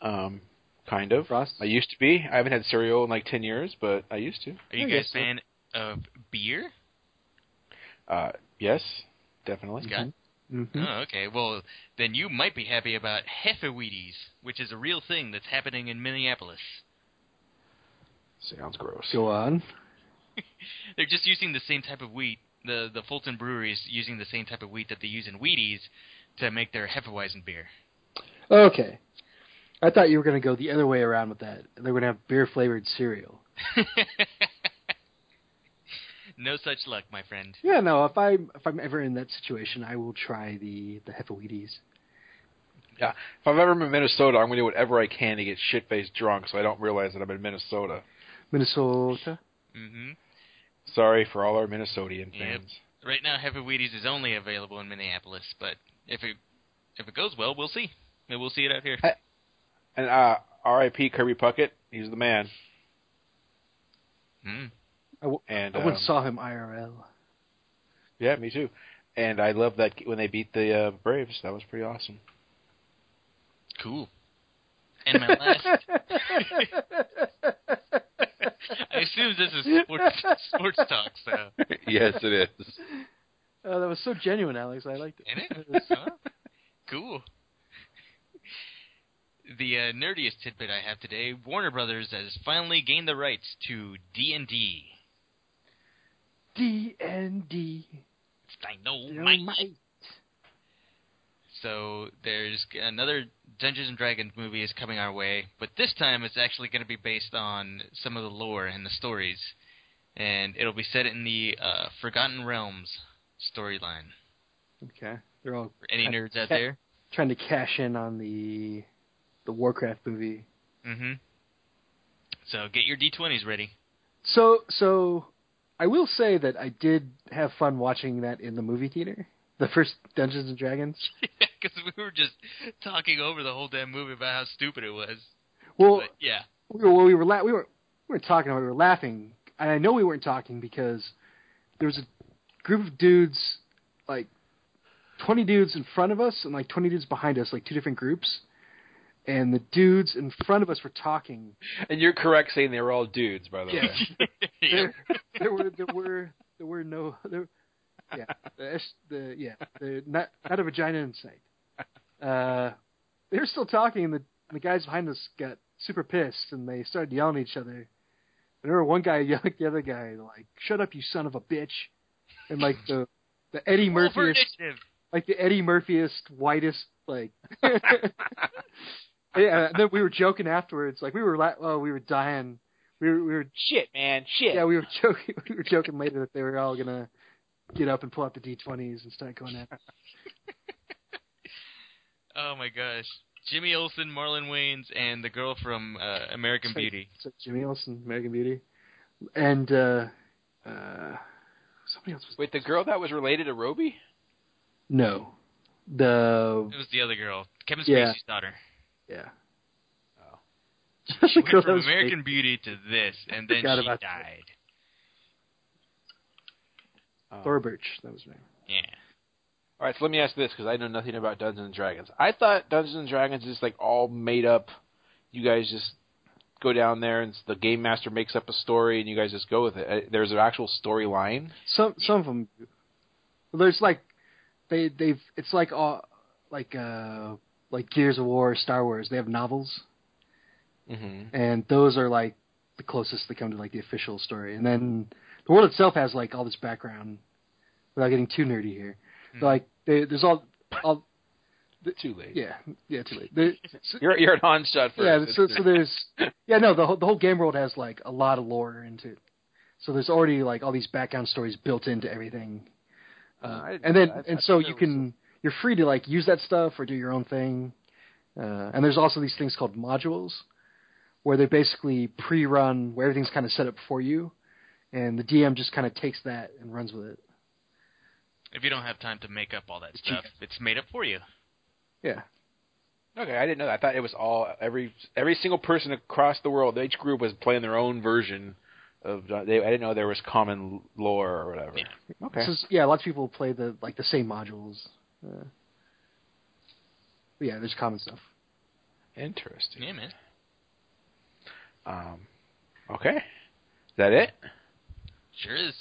Speaker 1: Um, kind of.
Speaker 4: Frost?
Speaker 1: I used to be. I haven't had cereal in like ten years, but I used to.
Speaker 3: Are you
Speaker 1: I
Speaker 3: guys
Speaker 1: guess
Speaker 3: a
Speaker 1: so.
Speaker 3: fan of beer?
Speaker 1: Uh, yes, definitely.
Speaker 3: Scott?
Speaker 4: Mm-hmm.
Speaker 1: Uh.
Speaker 3: Oh, okay. Well, then you might be happy about Heffa Wheaties, which is a real thing that's happening in Minneapolis.
Speaker 1: Sounds gross.
Speaker 4: Go on.
Speaker 3: They're just using the same type of wheat. The the Fulton Brewery is using the same type of wheat that they use in Wheaties to make their Hefeweizen beer. [LAUGHS]
Speaker 4: Okay. I thought you were going to go the other way around with that. They're going to have beer flavored cereal.
Speaker 3: no such luck, my friend.
Speaker 4: Yeah, no. If I if I'm ever in that situation, I will try the the Heffa Wheaties.
Speaker 1: If I've ever been in Minnesota, I'm gonna do whatever I can to get shit faced drunk, so I don't realize that I'm in Minnesota.
Speaker 4: Minnesota.
Speaker 3: hmm
Speaker 1: Sorry for all our Minnesotan
Speaker 3: Yep.
Speaker 1: fans.
Speaker 3: Right now, Heavy Wheaties is only available in Minneapolis, but if it if it goes well, we'll see. Maybe we'll see it out here.
Speaker 1: And uh, R.I.P. Kirby Puckett. He's the man.
Speaker 3: Mm.
Speaker 1: And
Speaker 4: I once
Speaker 1: um,
Speaker 4: saw him IRL.
Speaker 1: Yeah, me too. And I love that when they beat the uh, Braves. That was pretty awesome.
Speaker 3: Cool. And my last, I assume this is sports sports talk, so
Speaker 1: [LAUGHS] yes, it is.
Speaker 4: [LAUGHS] Oh, that was so genuine, Alex. I liked
Speaker 3: Ain't
Speaker 4: it.
Speaker 3: it? Huh? cool. The uh, nerdiest tidbit I have today: Warner Brothers has finally gained the rights to D and D.
Speaker 4: D and D.
Speaker 3: Oh
Speaker 4: Oh
Speaker 3: Dynamite. So there's another Dungeons and Dragons movie is coming our way, but this time it's actually going to be based on some of the lore and the stories, and it'll be set in the uh, Forgotten Realms storyline.
Speaker 4: Okay, they're all
Speaker 3: For any
Speaker 4: I-
Speaker 3: nerds out
Speaker 4: yeah.
Speaker 3: there,
Speaker 4: trying to cash in on the the Warcraft movie.
Speaker 3: mm-hmm. So get your D20s ready. [LAUGHS]
Speaker 4: So so I will say that I did have fun watching that in the movie theater. The first Dungeons and Dragons.
Speaker 3: Because we were just talking over the whole damn movie about how stupid it was.
Speaker 4: Well,
Speaker 3: but yeah,
Speaker 4: we were, well, we were la- we were we were talking about it, we were laughing, and I know we weren't talking because there was a group of dudes, like twenty dudes in front of us and like twenty dudes behind us, like two different groups, and the dudes in front of us were talking.
Speaker 1: And you're correct saying they were all dudes, by the
Speaker 3: [LAUGHS]
Speaker 4: Yeah.
Speaker 1: way.
Speaker 3: Yep.
Speaker 4: There, [LAUGHS] there were there were there were no there, yeah the, S- the yeah the not not a vagina in sight. Uh, they were still talking, and the the guys behind us got super pissed, and they started yelling at each other. And I remember one guy [LAUGHS] yelling at the other guy, like "Shut up, you son of a bitch!" And like the the Eddie
Speaker 3: Roll for
Speaker 4: Murphyist,
Speaker 3: initiative.
Speaker 4: like the Eddie Murphyist whitest like. [LAUGHS] yeah, and then we were joking afterwards, like we were la- oh we were dying. We were, we were
Speaker 1: [LAUGHS] Shit, man, shit.
Speaker 4: yeah, we were joking. [LAUGHS] We were joking later that they were all gonna get up and pull out the D20s and start going at. it.
Speaker 3: Oh my gosh. Jimmy Olsen, Marlon Wayans, and the girl from uh, American
Speaker 4: Sorry.
Speaker 3: Beauty.
Speaker 4: So Jimmy Olsen, American Beauty, and uh, uh, somebody else was
Speaker 1: Wait, the girl that was related to Roby?
Speaker 4: no, the
Speaker 3: It was the other girl, Kevin Spacey's
Speaker 4: Yeah.
Speaker 3: daughter.
Speaker 4: yeah.
Speaker 1: Oh.
Speaker 3: She
Speaker 4: [LAUGHS] The
Speaker 3: went
Speaker 4: girl that
Speaker 3: from
Speaker 4: was
Speaker 3: American Beauty to this, and then
Speaker 4: Forgot
Speaker 3: she
Speaker 4: about
Speaker 3: died.
Speaker 4: that.
Speaker 1: Um,
Speaker 4: Thora Birch. That was her name.
Speaker 3: Yeah.
Speaker 1: All right, so let me ask this because I know nothing about Dungeons and Dragons. I thought Dungeons and Dragons is like all made up. You guys just go down there and s- the game master makes up a story and you guys just go with it. Uh, There's an actual storyline.
Speaker 4: Some some of them. There's like they they've it's like all like uh like Gears of War, Star Wars. They have novels.
Speaker 1: Mm-hmm.
Speaker 4: and those are like the closest they come to like the official story. And then the world itself has like all this background, without getting too nerdy here.
Speaker 3: Hmm.
Speaker 4: Like they, there's all, all
Speaker 1: Too late.
Speaker 4: yeah, yeah, too late. There, so,
Speaker 1: You're you're an on shot first.
Speaker 4: yeah, so,
Speaker 1: It's-
Speaker 4: so there's yeah, no, the whole, the whole game world has like a lot of lore into it. So there's already like all these background stories built into everything.
Speaker 1: Oh, I
Speaker 4: Uh,
Speaker 1: didn't
Speaker 4: and
Speaker 1: know
Speaker 4: then
Speaker 1: that. I- I
Speaker 4: and so
Speaker 1: thought
Speaker 4: you
Speaker 1: there was
Speaker 4: can you're free to like use that stuff or do your own thing. Uh, and there's also these things called modules where they basically pre-run where everything's kind of set up for you and the DM just kind of takes that and runs with it.
Speaker 3: If you don't have time to make up all that
Speaker 4: She-
Speaker 3: stuff, it's made up for you.
Speaker 4: Yeah.
Speaker 1: Okay, I didn't know that. I thought it was all every every single person across the world. Each group was playing their own version of. John- They, I didn't know there was common lore or whatever. Okay.
Speaker 4: This is- yeah, a lot of people play the like the same modules. Uh, but yeah, there's common stuff.
Speaker 1: Interesting.
Speaker 3: Yeah, man.
Speaker 1: Um, okay. Is that it?
Speaker 6: Sure
Speaker 3: [LAUGHS]
Speaker 6: is.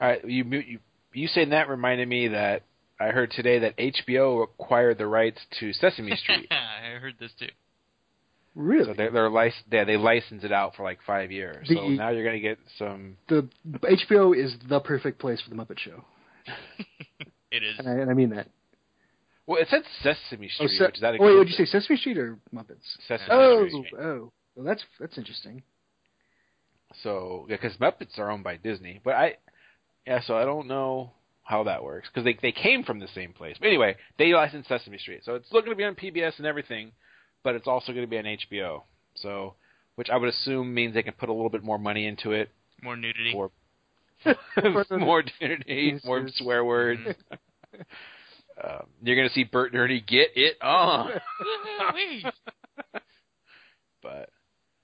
Speaker 1: All right. You, mu- you you saying that reminded me that I heard today that HBO acquired the rights to
Speaker 3: [LAUGHS]
Speaker 1: Sesame Street.
Speaker 3: I heard this too.
Speaker 1: So
Speaker 4: Really?
Speaker 1: they're, they're lic- yeah, they licensed it out for like five years. so
Speaker 4: The- E
Speaker 1: now you're gonna get some.
Speaker 4: The HBO is the perfect place for the Muppet Show,
Speaker 3: It is.
Speaker 4: and I, and I mean that.
Speaker 1: Well, it said Sesame Street,
Speaker 4: Se-
Speaker 1: which that
Speaker 4: oh, wait, would you
Speaker 1: includes
Speaker 4: say Sesame Street or Muppets?
Speaker 1: Sesame
Speaker 4: Oh,
Speaker 1: Street.
Speaker 4: oh, well, that's that's interesting.
Speaker 1: So because Muppets are owned by Disney, but I yeah, so I don't know how that works because they they came from the same place. But anyway, they licensed Sesame Street, so it's still going to be on PBS and everything, but it's also going to be on HBO. So which I would assume means they can put a little bit more money into it,
Speaker 3: More nudity.
Speaker 1: Or- [LAUGHS] more nudity, more
Speaker 4: Yes, yes.
Speaker 1: swear words.
Speaker 3: Mm.
Speaker 4: [LAUGHS]
Speaker 1: um, you're going to see Bert and Ernie get it on.
Speaker 3: Wait.
Speaker 1: but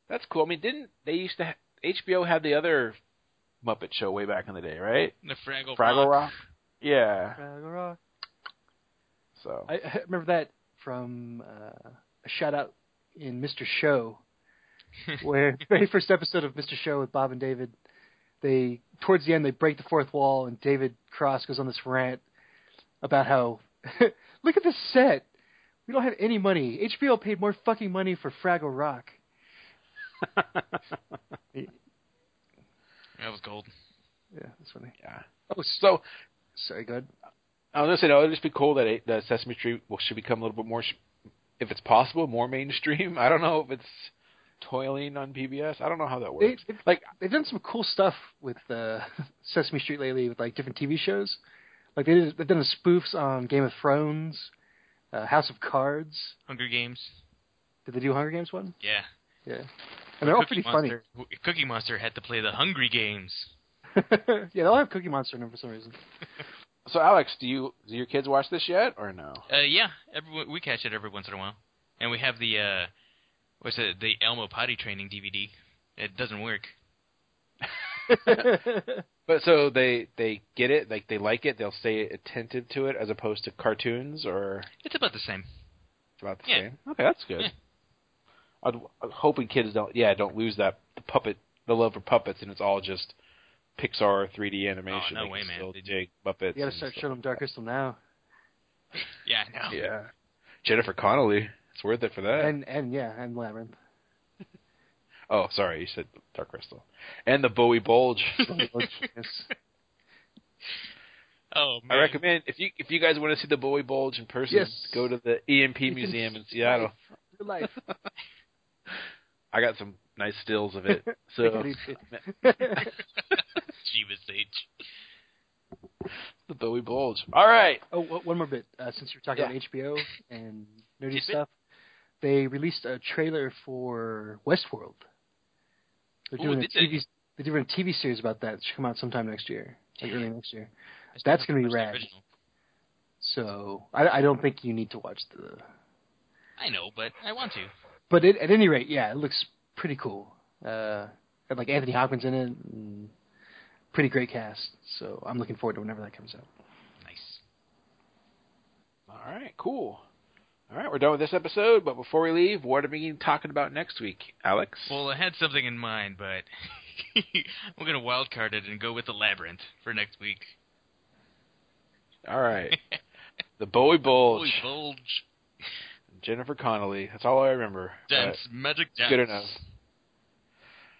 Speaker 1: that's cool. I mean, didn't they used to ha- HBO had the other Muppet Show way back in the day, right?
Speaker 3: The Fraggle,
Speaker 1: Fraggle
Speaker 3: Rock.
Speaker 1: Rock. Yeah.
Speaker 4: I,
Speaker 1: So
Speaker 4: I remember that from uh, a shout out in Mr. Show, where the very first episode of Mr. Show with Bob and David, they towards the end they break the fourth wall and David Cross goes on this rant about how [LAUGHS] look at this set. We don't have any money. HBO paid more fucking money for Fraggle Rock.
Speaker 3: That was gold.
Speaker 4: Yeah, that's funny.
Speaker 1: oh, so
Speaker 4: Sorry, go ahead.
Speaker 1: I was gonna say, no, it'd just be cool that it, that Sesame Street will, should become a little bit more, sh- if it's possible, more mainstream. [LAUGHS] I don't know if it's toiling on PBS. I don't know how that
Speaker 4: They,
Speaker 1: works.
Speaker 4: they've,
Speaker 1: like,
Speaker 4: they've done some cool stuff with uh, [LAUGHS] Sesame Street lately, with like different TV shows. Like they did, they've done spoofs on Game of Thrones, uh, House of Cards.
Speaker 3: Hunger Games.
Speaker 4: Did they do Hunger Games one?
Speaker 3: Yeah.
Speaker 4: Yeah, and they're all
Speaker 3: Cookie
Speaker 4: pretty
Speaker 3: Monster, funny. Cookie Monster had to play the Hungry Games.
Speaker 4: funny. [LAUGHS] yeah, they all have Cookie Monster in them for
Speaker 1: [LAUGHS]
Speaker 4: some reason.
Speaker 1: so Alex, do you do your kids watch this yet or no?
Speaker 3: Uh, yeah, every, we catch it every once in a while, and we have the uh, what's it? The Elmo potty training DVD. It doesn't work.
Speaker 1: But so they they get it, like they like it, they'll stay attentive to it as opposed to cartoons or
Speaker 3: It's about the same.
Speaker 1: it's about the
Speaker 3: Yeah.
Speaker 1: same. Okay, that's good.
Speaker 3: Yeah.
Speaker 1: I'd, I'm hoping kids don't yeah don't lose that the puppet the love for puppets and it's all just Pixar 3D animation.
Speaker 3: no
Speaker 1: They can
Speaker 3: way, man.
Speaker 1: Still
Speaker 3: They-
Speaker 1: dig Muppets.
Speaker 4: you gotta
Speaker 1: and
Speaker 4: start
Speaker 1: stuff
Speaker 4: showing them
Speaker 1: like
Speaker 4: Dark Crystal now,
Speaker 3: Yeah, I
Speaker 1: that.
Speaker 3: know.
Speaker 1: Yeah, Jennifer Connolly. It's worth it for that.
Speaker 4: and and yeah,
Speaker 1: [LAUGHS]
Speaker 4: and Labyrinth.
Speaker 1: oh, sorry, you said Dark Crystal, and the Bowie
Speaker 4: [LAUGHS]
Speaker 1: Bulge.
Speaker 4: Yes.
Speaker 3: Oh
Speaker 1: I
Speaker 3: man.
Speaker 1: recommend if you if you guys want to see the Bowie Bulge in person,
Speaker 4: Yes.
Speaker 1: go to the EMP
Speaker 4: You can
Speaker 1: Museum in
Speaker 4: see
Speaker 1: Seattle.
Speaker 4: Real life.
Speaker 1: I got some nice stills of
Speaker 4: [LAUGHS]
Speaker 1: it. So [LAUGHS]
Speaker 3: Jeebus H.
Speaker 1: the Bowie Bulge. All right.
Speaker 4: Oh, o- one more bit. Uh, since you're talking
Speaker 1: Yeah.
Speaker 4: about HBO and
Speaker 3: [LAUGHS]
Speaker 4: nerdy
Speaker 3: Tidbit.
Speaker 4: stuff, they released a trailer for Westworld. They're
Speaker 3: Ooh,
Speaker 4: doing
Speaker 3: did
Speaker 4: a
Speaker 3: they?
Speaker 4: TV. They're doing a TV series about that. It should come out sometime next year, like early next year.
Speaker 3: I still
Speaker 4: That's
Speaker 3: haven't
Speaker 4: gonna
Speaker 3: watched
Speaker 4: be
Speaker 3: the
Speaker 4: rad.
Speaker 3: original.
Speaker 4: So I, I don't think you need to watch the.
Speaker 3: I know, but I want to.
Speaker 4: But it, at any rate, yeah, it looks pretty cool. Uh, and, like Anthony Hopkins in it, and pretty great cast. So I'm looking forward to whenever that comes out.
Speaker 3: Nice.
Speaker 1: All right. Cool. All right. We're done with this episode. But before we leave, what are we talking about next week, Alex?
Speaker 3: Well, I had something in mind, but [LAUGHS] we're gonna wild card it and go with the Labyrinth for next week.
Speaker 1: all [LAUGHS] right. uh, The Bowie Bulge.
Speaker 3: Holy bulge.
Speaker 1: Jennifer Connolly. That's all I remember.
Speaker 3: Dance, magic
Speaker 1: But
Speaker 3: dance.
Speaker 1: Good enough.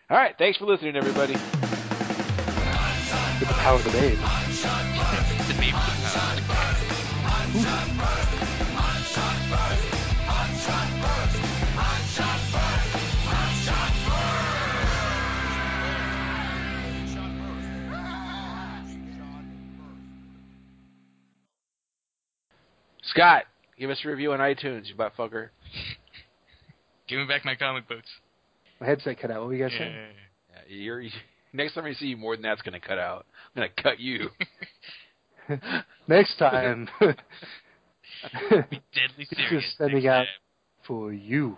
Speaker 1: All right. Thanks for listening, everybody.
Speaker 4: The power of the babe.
Speaker 3: The baby power.
Speaker 1: Scott, give us a review on iTunes, you butt fucker.
Speaker 3: [LAUGHS] Give me back my comic books.
Speaker 4: My headset cut out. What were you guys saying?
Speaker 3: Yeah.
Speaker 1: Yeah, you're, [LAUGHS] next time I see you, more than that's going to cut out. I'm going to cut you.
Speaker 4: Next time.
Speaker 3: Be deadly serious.
Speaker 4: Just sending
Speaker 3: next
Speaker 4: out
Speaker 3: time.
Speaker 4: [LAUGHS] for you.